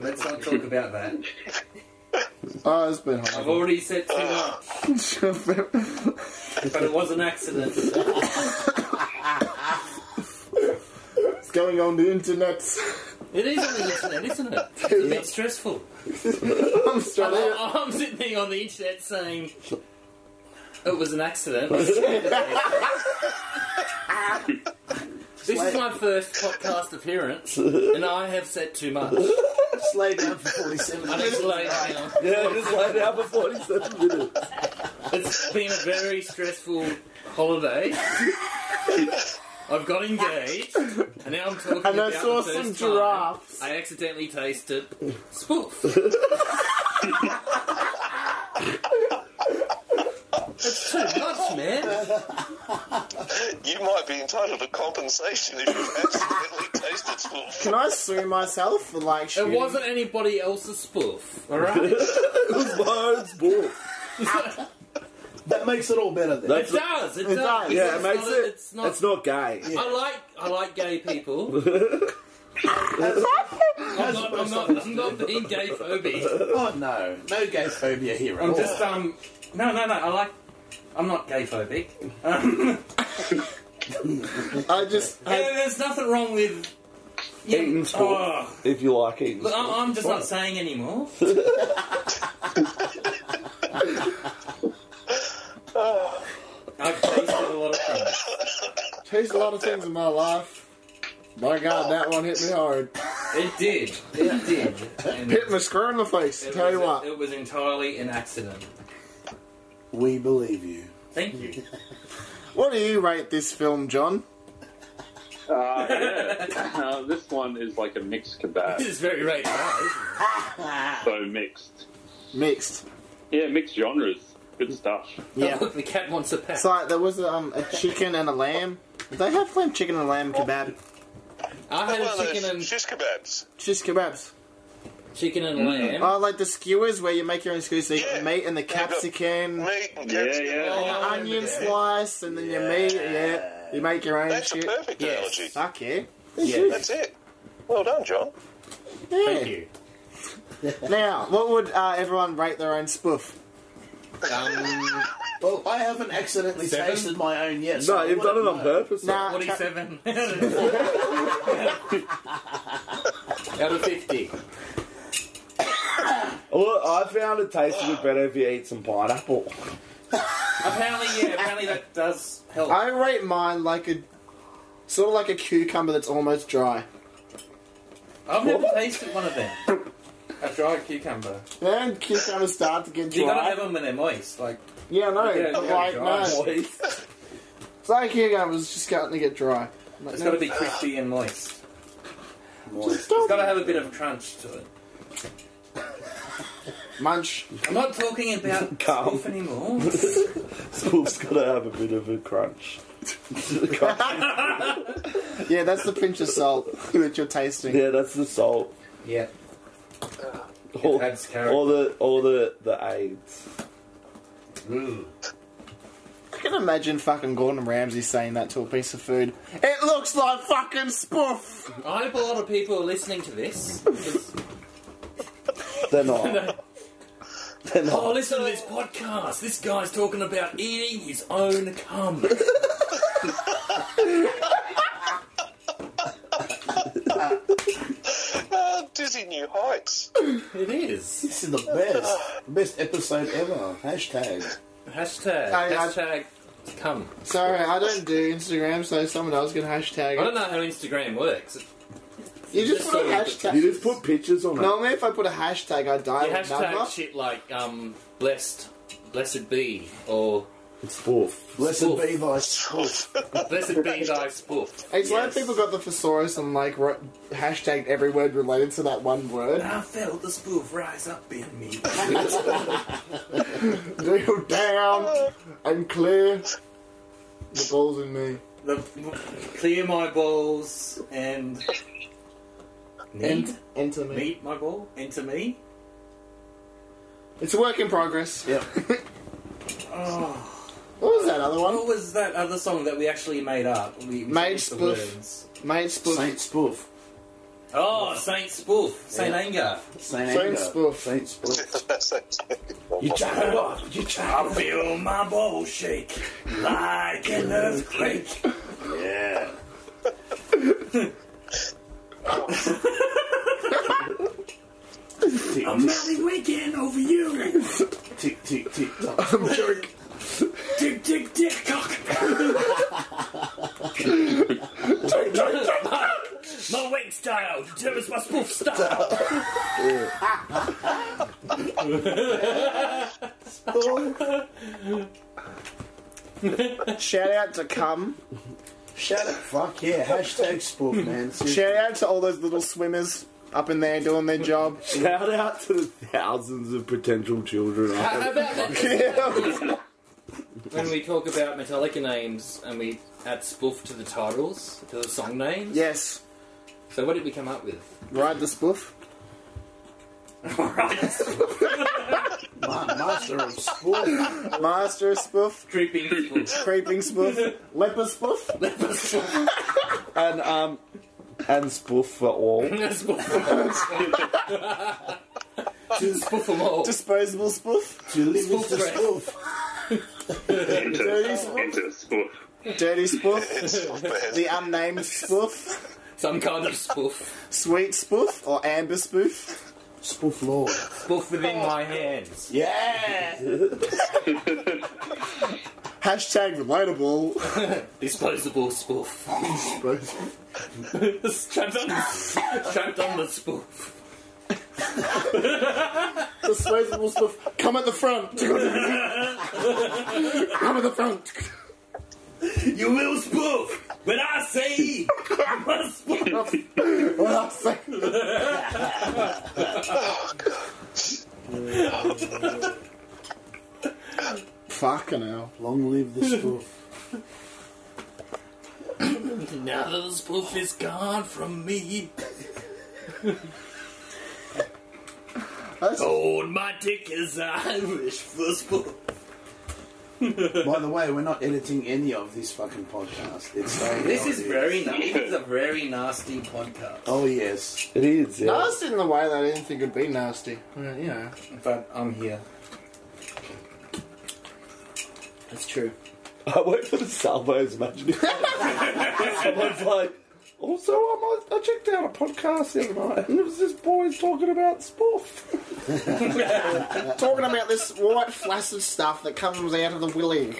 Speaker 10: Let's not talk about that.
Speaker 8: Oh, it's been
Speaker 10: I've
Speaker 8: horrible.
Speaker 10: already said too much, but it was an accident.
Speaker 8: It's going on the internet.
Speaker 10: It is on the internet, isn't it? It's a bit stressful.
Speaker 8: I'm straight
Speaker 10: I'm,
Speaker 8: out.
Speaker 10: Oh, I'm sitting here on the internet saying it was an accident. this is my first podcast appearance, and I have said too much.
Speaker 12: Just lay down for 47
Speaker 10: I
Speaker 12: minutes.
Speaker 10: need to lay down.
Speaker 6: Yeah, just lay down for forty-seven minutes.
Speaker 10: It's been a very stressful holiday. I've got engaged, and now I'm talking
Speaker 8: And I
Speaker 10: about
Speaker 8: saw
Speaker 10: the first
Speaker 8: some
Speaker 10: time
Speaker 8: giraffes.
Speaker 10: I accidentally tasted spoof. it's too much, man.
Speaker 7: You might be entitled to compensation if you've accidentally tasted spoof.
Speaker 8: Can I sue myself for like
Speaker 10: It
Speaker 8: shooting?
Speaker 10: wasn't anybody else's spoof, alright?
Speaker 6: Loads more.
Speaker 12: That makes it all better then.
Speaker 10: It
Speaker 6: That's
Speaker 10: does, it does.
Speaker 8: does,
Speaker 6: yeah, it
Speaker 10: It's
Speaker 6: makes
Speaker 10: not-
Speaker 6: it.
Speaker 10: It's not.
Speaker 6: It's not gay.
Speaker 10: I like I like gay people. I'm not, I'm not, I'm not being gay phobic.
Speaker 12: Oh no, no gay phobia here.
Speaker 10: I'm just um no no no I like I'm not gay phobic.
Speaker 8: I just
Speaker 10: Yeah, there's nothing wrong with yeah,
Speaker 6: Eating sport.
Speaker 10: oh,
Speaker 6: If you like eating.
Speaker 10: look, I'm, I'm just not saying anymore. I've tasted a lot of things.
Speaker 8: chased a lot of things in my life. My God, that one hit me hard.
Speaker 10: It did. It did. And
Speaker 8: Hit me square in the face.
Speaker 10: it
Speaker 8: tell you
Speaker 10: was-
Speaker 8: what.
Speaker 10: It was entirely an accident.
Speaker 12: We believe you.
Speaker 10: Thank you.
Speaker 8: What do you rate this film, John?
Speaker 5: Uh, yeah. uh, this one is like a mixed
Speaker 10: This
Speaker 5: kebab,
Speaker 10: is very right.
Speaker 5: so mixed.
Speaker 8: Mixed.
Speaker 5: Yeah, mixed genres. Good stuff.
Speaker 8: Yeah.
Speaker 10: Look, the cat wants a pat.
Speaker 8: It's like there was um, a chicken and a lamb. Did they have lamb chicken and lamb kebab?
Speaker 10: I
Speaker 7: One
Speaker 10: had
Speaker 7: of
Speaker 10: a
Speaker 7: those
Speaker 10: chicken and
Speaker 7: shish kebabs.
Speaker 8: Just kebabs.
Speaker 10: chicken and lamb.
Speaker 8: Oh, like the skewers where you make your own skewers. So you
Speaker 7: Yeah.
Speaker 8: eat meat and the
Speaker 7: They've got
Speaker 8: capsicum,
Speaker 7: Meat and
Speaker 5: Yeah,
Speaker 7: capsicum.
Speaker 5: yeah.
Speaker 10: Oh,
Speaker 8: onion
Speaker 10: yeah.
Speaker 8: slice, and then your meat. Yeah. You make your own
Speaker 7: That's a
Speaker 8: shit.
Speaker 7: perfect
Speaker 10: Yes.
Speaker 7: analogy.
Speaker 8: Fuck yeah.
Speaker 7: That's it. Well done, John.
Speaker 8: Yeah.
Speaker 10: Thank you.
Speaker 8: Now, what would uh, everyone rate their own spoof?
Speaker 10: Um,
Speaker 12: Well, I haven't accidentally
Speaker 10: Seven?
Speaker 12: tasted my own yet. so
Speaker 6: No,
Speaker 12: I
Speaker 6: you've done
Speaker 12: wouldn't
Speaker 6: it on
Speaker 12: know.
Speaker 6: purpose.
Speaker 8: Nah, tra-
Speaker 10: 47 out of 50.
Speaker 6: Well, I found it tasted better if you eat some pineapple.
Speaker 10: Apparently, yeah, apparently that does help.
Speaker 8: I rate mine like a sort of like a cucumber that's almost dry.
Speaker 10: I've never tasted one of them. A dried cucumber.
Speaker 8: Then cucumbers start to get
Speaker 10: You gotta have
Speaker 8: dry.
Speaker 10: them when they're moist. Like,
Speaker 8: Yeah, no,
Speaker 10: Yeah,
Speaker 8: but
Speaker 10: yeah,
Speaker 8: like
Speaker 10: dry.
Speaker 8: no, it's like cucumbers just starting to get dry. Like,
Speaker 10: it's
Speaker 8: no,
Speaker 10: gotta be crispy and moist.
Speaker 8: just
Speaker 10: It's
Speaker 8: don't
Speaker 10: gotta have a bit of crunch to it.
Speaker 8: munch.
Speaker 10: I'm not talking about
Speaker 6: Calm.
Speaker 10: spoof anymore.
Speaker 6: Spoof's gotta have a bit of a crunch. yeah,
Speaker 8: Yeah, that's the pinch of salt that you're tasting.
Speaker 6: that's the salt.
Speaker 10: yeah.
Speaker 6: Or,
Speaker 10: adds character.
Speaker 6: or the or the the AIDS.
Speaker 13: Mm.
Speaker 8: I can imagine fucking Gordon Ramsay saying that to a piece of food. It looks like fucking spoof.
Speaker 10: I hope a lot of people are listening to this.
Speaker 6: They're not. They're
Speaker 10: Oh,
Speaker 6: not.
Speaker 10: listen to this podcast. This guy's talking about eating his own cum.
Speaker 7: Oh, doozy new heights.
Speaker 13: It is.
Speaker 9: This is the best, best episode ever. Hashtag.
Speaker 13: Hashtag.
Speaker 8: I- I-
Speaker 13: hashtag. Come.
Speaker 8: Sorry, I don't do Instagram, so someone else can hashtag
Speaker 13: I
Speaker 8: it.
Speaker 13: don't know how Instagram works.
Speaker 8: You just put a hashtag. You
Speaker 6: just put pictures on
Speaker 8: Normally, if I put a hashtag, I die
Speaker 13: You
Speaker 8: with
Speaker 13: hashtag
Speaker 8: number.
Speaker 13: shit like um, blessed, blessed be, or
Speaker 6: It's dwarf.
Speaker 9: Blessed
Speaker 13: Spoof.
Speaker 9: be thy spoof.
Speaker 13: blessed be thy spoof.
Speaker 8: It's like people got the thesaurus and like wrote, hashtagged every word related to that one word.
Speaker 10: I felt the spoof rise up in me.
Speaker 8: Kneel down and clear the balls in me.
Speaker 10: The, clear my balls and
Speaker 8: Ent- enter me.
Speaker 10: meet my ball. Enter me.
Speaker 8: It's a work in progress.
Speaker 9: Yep.
Speaker 10: Oh.
Speaker 8: What was that other one?
Speaker 10: What was that other song that we actually made up? We we
Speaker 8: Made
Speaker 10: changed the
Speaker 8: spoof.
Speaker 10: words.
Speaker 8: Made spoof.
Speaker 9: Saint spoof.
Speaker 10: Oh, Saint Spoof, Saint
Speaker 9: Yeah.
Speaker 10: Anger.
Speaker 9: Saint,
Speaker 8: Saint
Speaker 9: Anger.
Speaker 8: spoof.
Speaker 9: Saint spoof.
Speaker 7: You
Speaker 9: jack it off. You jack
Speaker 10: I feel my balls shake like an earthquake.
Speaker 9: Yeah. tick,
Speaker 10: I'm merely waking over you.
Speaker 9: tick, tick, tick, tock.
Speaker 10: Tick tick tick cock. My wake style determines my spoof style.
Speaker 8: Shout out to cum.
Speaker 9: Shut up. Fuck yeah. Hashtag spoof, man. Seriously.
Speaker 8: Shout out to all those little swimmers up in there doing their job.
Speaker 6: Shout out to the thousands of potential children.
Speaker 13: How how about that? when we talk about Metallica names and we add spoof to the titles, to the song names.
Speaker 8: Yes.
Speaker 13: So what did we come up with?
Speaker 8: Ride the spoof.
Speaker 9: Ma- master of spoof.
Speaker 8: Master of spoof.
Speaker 13: Creeping spoof.
Speaker 8: Creeping spoof. Leper spoof.
Speaker 6: And um, and spoof for all.
Speaker 13: spoof them all.
Speaker 8: Disposable spoof.
Speaker 9: To live is the
Speaker 13: Spoof.
Speaker 9: spoof.
Speaker 5: Enter, enter spoof.
Speaker 8: Dirty spoof. The
Speaker 7: Man.
Speaker 8: unnamed spoof.
Speaker 13: Some kind of spoof.
Speaker 8: Sweet spoof. Or amber spoof.
Speaker 9: Spoof lord.
Speaker 13: Spoof within my hands.
Speaker 9: Yeah.
Speaker 8: Hashtag relatable.
Speaker 13: Disposable spoof. strapped, on, strapped on the spoof.
Speaker 8: Disposable spoof. Come at the front. Come at the front.
Speaker 10: You will spoof when I say you must spoof.
Speaker 8: What I say? Fucking hell.
Speaker 9: Long live the spoof.
Speaker 13: Now that the spoof is gone from me,
Speaker 8: That's-
Speaker 13: hold my dick as I wish for spoof.
Speaker 9: By the way, we're not editing any of this fucking podcast. It's so
Speaker 10: This is very nasty. This is a very nasty podcast.
Speaker 9: Oh yes.
Speaker 6: It is. Yeah.
Speaker 8: Nasty in the way that I didn't think it'd be nasty. Yeah, you know.
Speaker 10: But I'm here.
Speaker 8: That's true.
Speaker 6: I went for the Salvos match. Someone's like, also, I'm on- I checked out a podcast the other night, and it was this boy's talking about spoof.
Speaker 8: Talking about this white flaccid stuff that comes out of the willy.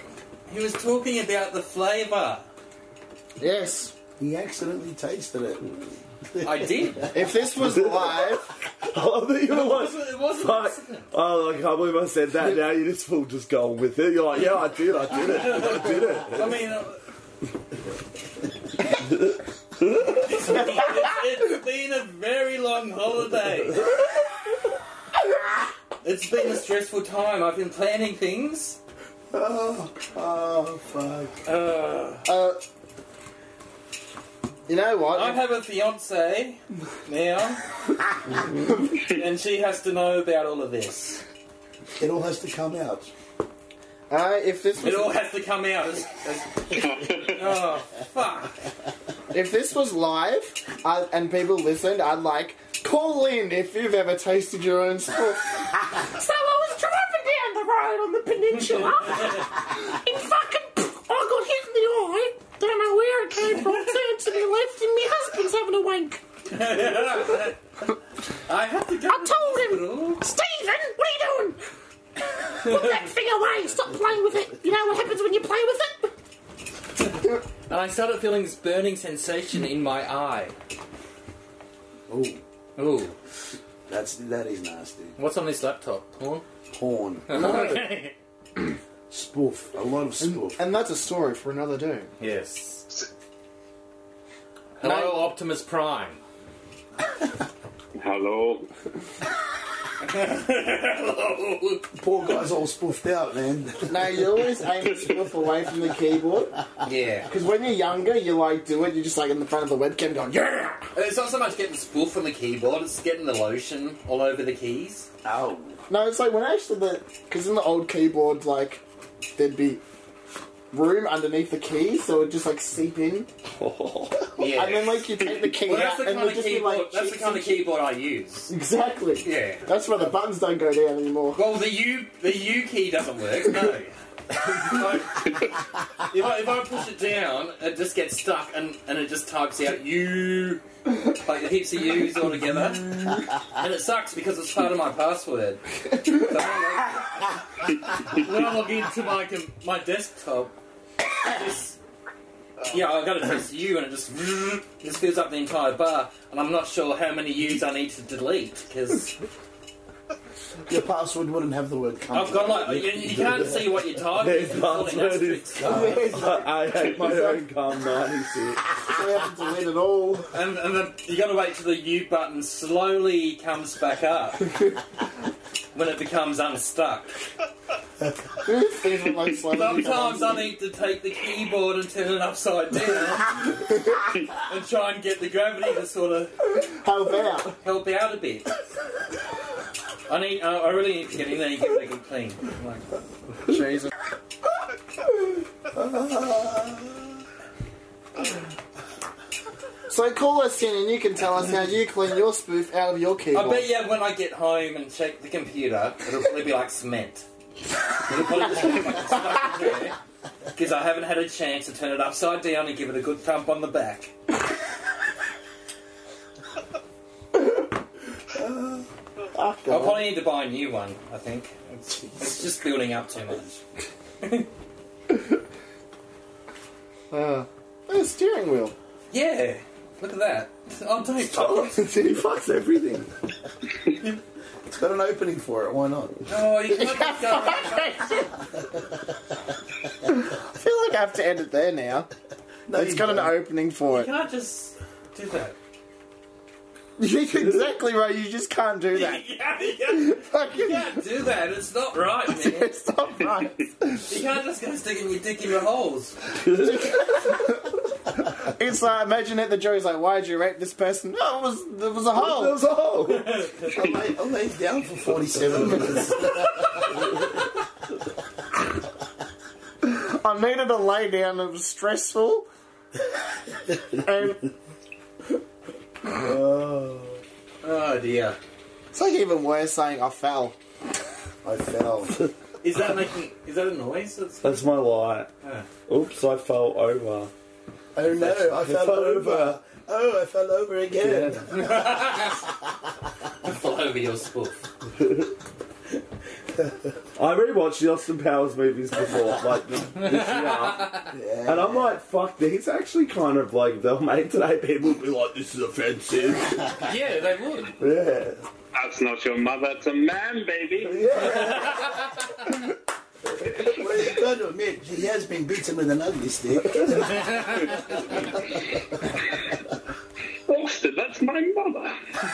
Speaker 10: He was talking about the flavour.
Speaker 8: Yes.
Speaker 9: He accidentally tasted it.
Speaker 10: I did.
Speaker 8: If this was live,
Speaker 6: I love Oh, that you were like,
Speaker 10: It wasn't.
Speaker 6: fuck. Oh, I can't believe I said that. Now you just full just going with it. You're like, yeah, I did, I did it, I did it.
Speaker 10: I mean. uh, it's been- it's been a very long holiday. It's been a stressful time. I've been planning things.
Speaker 9: Oh, oh fuck.
Speaker 8: uh, you know what?
Speaker 10: I have a fiance now, and she has to know about all of this.
Speaker 9: It all has to come out.
Speaker 8: Uh, if this
Speaker 10: It all
Speaker 8: was,
Speaker 10: has to come out. As, as, oh fuck!
Speaker 8: if this was live uh, and people listened, I'd like call in if you've ever tasted your own spoof.
Speaker 2: So I was driving down the road on the peninsula, and fucking, I got hit in the eye. Don't know where it came from. Turned to the left, and my husband's having a wank.
Speaker 10: I had to go.
Speaker 2: I told him, Stephen, what are you doing? Put that thing away. Stop playing with it. You know what happens when you play with it?
Speaker 13: And I started feeling this burning sensation in my eye.
Speaker 9: Oh.
Speaker 13: Ooh.
Speaker 9: That's that is nasty.
Speaker 13: What's on this laptop? Porn?
Speaker 9: Porn.
Speaker 13: Okay.
Speaker 9: Spoof. A lot of
Speaker 8: And,
Speaker 9: spoof.
Speaker 8: and that's a story for another day.
Speaker 13: Yes. Hello, Optimus Prime.
Speaker 5: Hello.
Speaker 9: Poor guy's all spoofed out, man.
Speaker 8: No, you always aim to spoof away from the keyboard.
Speaker 10: Yeah.
Speaker 8: Because when you're younger, you like do it. You're just like in the front of the webcam going, yeah.
Speaker 10: It's not so much getting spoof on the keyboard, it's getting the lotion all over the keys.
Speaker 9: Oh.
Speaker 8: No, it's like when actually the because in the old keyboards, like there'd be room underneath the keys, so it'd just like seep in.
Speaker 10: Yeah.
Speaker 8: And then like you take the key
Speaker 10: Well,
Speaker 8: out,
Speaker 10: that's the
Speaker 8: and it'd
Speaker 10: kind of
Speaker 8: just be
Speaker 10: keyboard.
Speaker 8: like
Speaker 10: that's the
Speaker 8: cheeks
Speaker 10: kind
Speaker 8: and
Speaker 10: of keyboard I use.
Speaker 8: Exactly.
Speaker 10: Yeah.
Speaker 8: That's why the buttons don't go down anymore.
Speaker 10: Well, the U the U key doesn't work. No. Like, if, I, if I push it down, it just gets stuck, and, and it just types out U, like heaps of U's all together, and it sucks because it's part of my password. So when I log into my com- my desktop, it just yeah, I've got to press U, and it just just fills up the entire bar, and I'm not sure how many U's I need to delete because.
Speaker 9: Your password wouldn't have the word company.
Speaker 10: I've got like you, you can't see what you're typing.
Speaker 11: His
Speaker 10: It's all in
Speaker 11: password is
Speaker 10: asterisks.
Speaker 11: I, I hate my own cum 96.
Speaker 8: We haven't deleted all.
Speaker 10: and, and then you got to wait till the U button slowly comes back up when it becomes unstuck.
Speaker 8: Things were, like slowly
Speaker 10: Sometimes I need to take the keyboard and turn it upside down and try and get the gravity to sort of
Speaker 8: help out.
Speaker 10: help out a bit. I need. uh, I I really need to get in there and get it clean. Like,
Speaker 8: Jesus. So call us in and you can tell us how you clean your spoof out of your keyboard.
Speaker 10: I bet you when I get home and check the computer, it'll probably be like cement. It'll probably just be like stuck in there because I haven't had a chance to turn it upside down and give it a good thump on the back. I'll probably need to buy a new one. I think it's, it's just building up too much.
Speaker 8: Uh, a steering wheel.
Speaker 10: Yeah, look at that. Oh, don't stop.
Speaker 9: he fucks everything. it's got an opening for it. Why not?
Speaker 10: Oh, you can't just go around.
Speaker 8: I feel like I have to end it there now.
Speaker 9: No,
Speaker 8: it's
Speaker 9: you
Speaker 8: got an
Speaker 9: don't.
Speaker 8: opening for
Speaker 10: You
Speaker 8: it.
Speaker 10: can't just do that.
Speaker 8: You're exactly right. You just can't do that.
Speaker 10: Yeah, you
Speaker 8: Fucking,
Speaker 10: can't do that. It's not right, man.
Speaker 8: it's not right.
Speaker 10: You can't just go sticking your dick in your holes.
Speaker 8: It's like imagine it. The jury's like, "Why did you rape this person?" Oh, it was there was a hole.
Speaker 9: There was a hole. I lay, I lay down for 47 minutes.
Speaker 8: I needed to lay down. It was stressful. and
Speaker 10: Oh dear.
Speaker 8: it's like even worse saying I fell.
Speaker 9: I fell.
Speaker 10: Is that making? Is that a noise? That's
Speaker 11: That's my light.
Speaker 10: Ah.
Speaker 11: Oops, I fell over.
Speaker 9: Oh no, I fell
Speaker 11: fell
Speaker 9: over.
Speaker 11: over.
Speaker 9: Oh, I fell over again.
Speaker 10: all over your spoof.
Speaker 11: I rewatched the Austin Powers movies before, like this year, and I'm like, "Fuck, these actually kind of like they'll make today." People will be like, "This is offensive."
Speaker 13: Yeah, they would.
Speaker 11: yeah,
Speaker 5: That's not your mother. It's a man, baby.
Speaker 9: Well, you got to admit, he has been beaten with an ugly stick.
Speaker 5: Austin, that's my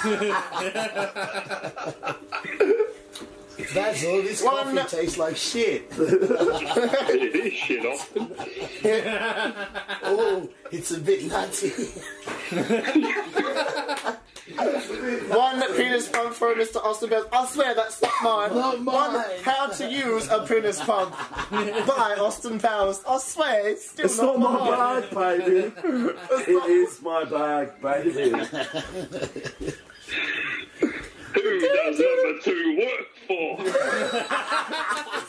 Speaker 5: mother.
Speaker 9: That's all. This
Speaker 8: One-
Speaker 9: coffee tastes like shit.
Speaker 5: It is shit, Austin.
Speaker 9: Oh, it's a bit nutty.
Speaker 8: One penis pump for Mr. Austin Bell. I swear that's not mine.
Speaker 9: Not mine.
Speaker 8: One how to use a penis pump by Austin Powers. I swear it's still
Speaker 11: it's not my bag, baby. it is my bag, baby.
Speaker 5: Who does number two work for?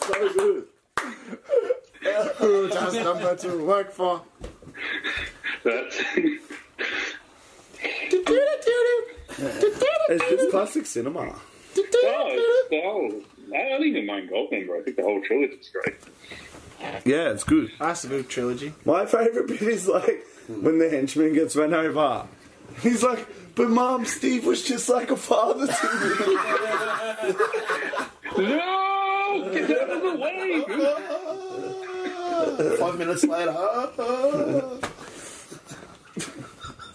Speaker 11: so good.
Speaker 8: Who does number two work for?
Speaker 5: That's.
Speaker 8: Do-do-do-do.
Speaker 6: it's just classic cinema.
Speaker 5: Oh, it's the whole, I don't even mind Goldmember. I think the whole trilogy's great.
Speaker 6: Yeah, it's good.
Speaker 8: That's a good trilogy.
Speaker 6: My favourite bit is like when the henchman gets run over. He's like, but mom, Steve was just like a father to me.
Speaker 5: no! Get out of the way!
Speaker 14: Five minutes later.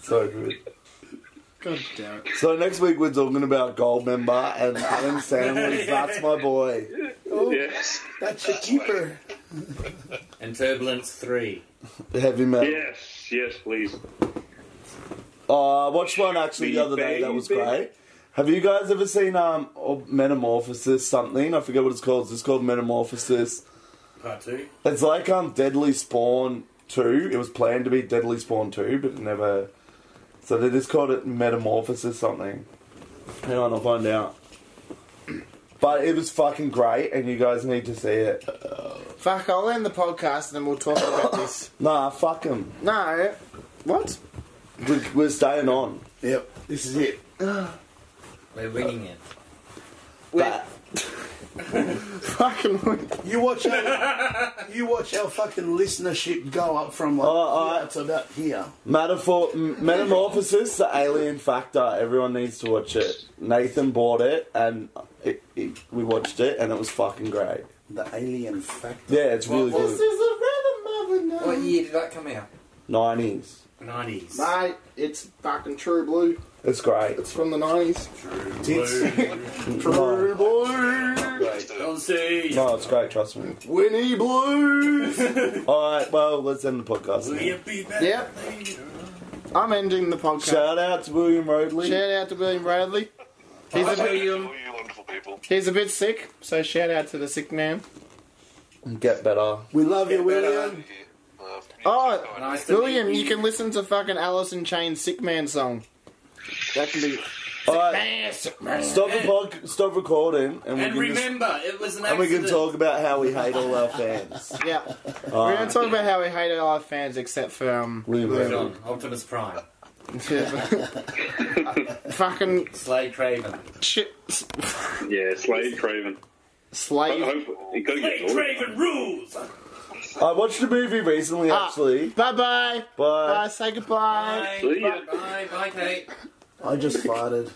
Speaker 6: so good.
Speaker 8: God damn it.
Speaker 6: So next week we're talking about Goldmember and Adam Sandler's That's My Boy.
Speaker 5: yes.
Speaker 14: That's a keeper.
Speaker 10: And Turbulence 3.
Speaker 6: Heavy metal.
Speaker 5: Yes, yes, please.
Speaker 6: Uh, I watched one actually the other day that was
Speaker 5: Baby.
Speaker 6: great. Have you guys ever seen um oh, Metamorphosis something? I forget what it's called. It's called Metamorphosis.
Speaker 10: Part 2.
Speaker 6: It's like um Deadly Spawn 2. It was planned to be Deadly Spawn 2, but it never. So they just called it Metamorphosis something. Hang on, I'll find out. But it was fucking great, and you guys need to see it.
Speaker 8: Fuck, I'll end the podcast and then we'll talk about this.
Speaker 6: Nah, fuck them.
Speaker 8: No. What?
Speaker 6: We're, we're staying on.
Speaker 14: Yep, this is it.
Speaker 10: We're winning it.
Speaker 6: But
Speaker 8: Fucking.
Speaker 14: You watch our, you watch our fucking listenership go up from like
Speaker 6: Oh,
Speaker 14: here to about here.
Speaker 6: Metaphor- M- Metamorphosis, the alien factor. Everyone needs to watch it. Nathan bought it, and it, it, we watched it, and it was fucking great.
Speaker 14: The alien factor.
Speaker 6: Yeah, it's really
Speaker 8: This
Speaker 6: good.
Speaker 8: is a rhythm of a
Speaker 10: What
Speaker 8: night.
Speaker 10: year did that come out?
Speaker 6: Nineties.
Speaker 10: 90s.
Speaker 8: Mate, it's fucking True Blue.
Speaker 6: It's great.
Speaker 8: It's from the 90s.
Speaker 6: No,
Speaker 10: Don't see.
Speaker 6: no, it's great. Trust me.
Speaker 8: Winnie Blues!
Speaker 6: All right. Well, let's end the podcast.
Speaker 10: Will
Speaker 6: Now.
Speaker 10: you be back
Speaker 8: Yep.
Speaker 10: later?
Speaker 8: I'm ending the podcast.
Speaker 6: Shout out to William Roadley.
Speaker 8: Shout out to William Bradley. He's a, bit,
Speaker 7: you wonderful people.
Speaker 8: he's a bit sick, so shout out to the sick man.
Speaker 6: Get better.
Speaker 14: We love you, William.
Speaker 7: Uh,
Speaker 8: Oh,
Speaker 10: Nice to
Speaker 8: William,
Speaker 10: meet
Speaker 8: you can listen to fucking Alice in Chains' Sick Man song. That can be.
Speaker 6: All right. Stop the pod. Stop recording, and we
Speaker 10: And
Speaker 6: can just,
Speaker 10: remember, it was an
Speaker 6: and we
Speaker 10: accident.
Speaker 6: can talk about how we hate all our fans.
Speaker 8: Yeah. We're going to talk about how we hated all our fans except for, um.
Speaker 6: William Roadley.
Speaker 10: John, Optimus Prime,
Speaker 8: fucking.
Speaker 10: Slade Craven.
Speaker 8: Shit.
Speaker 5: Yeah, Slade Craven.
Speaker 8: Slave.
Speaker 5: Hope, you gotta get all
Speaker 10: Slade
Speaker 5: of
Speaker 10: Craven rules!
Speaker 6: I watched a movie recently,
Speaker 8: Ah.
Speaker 6: actually.
Speaker 8: Bye bye.
Speaker 6: Bye.
Speaker 8: Bye. Say goodbye.
Speaker 10: Bye,
Speaker 5: See ya.
Speaker 10: bye, bye, Kate.
Speaker 14: I just farted.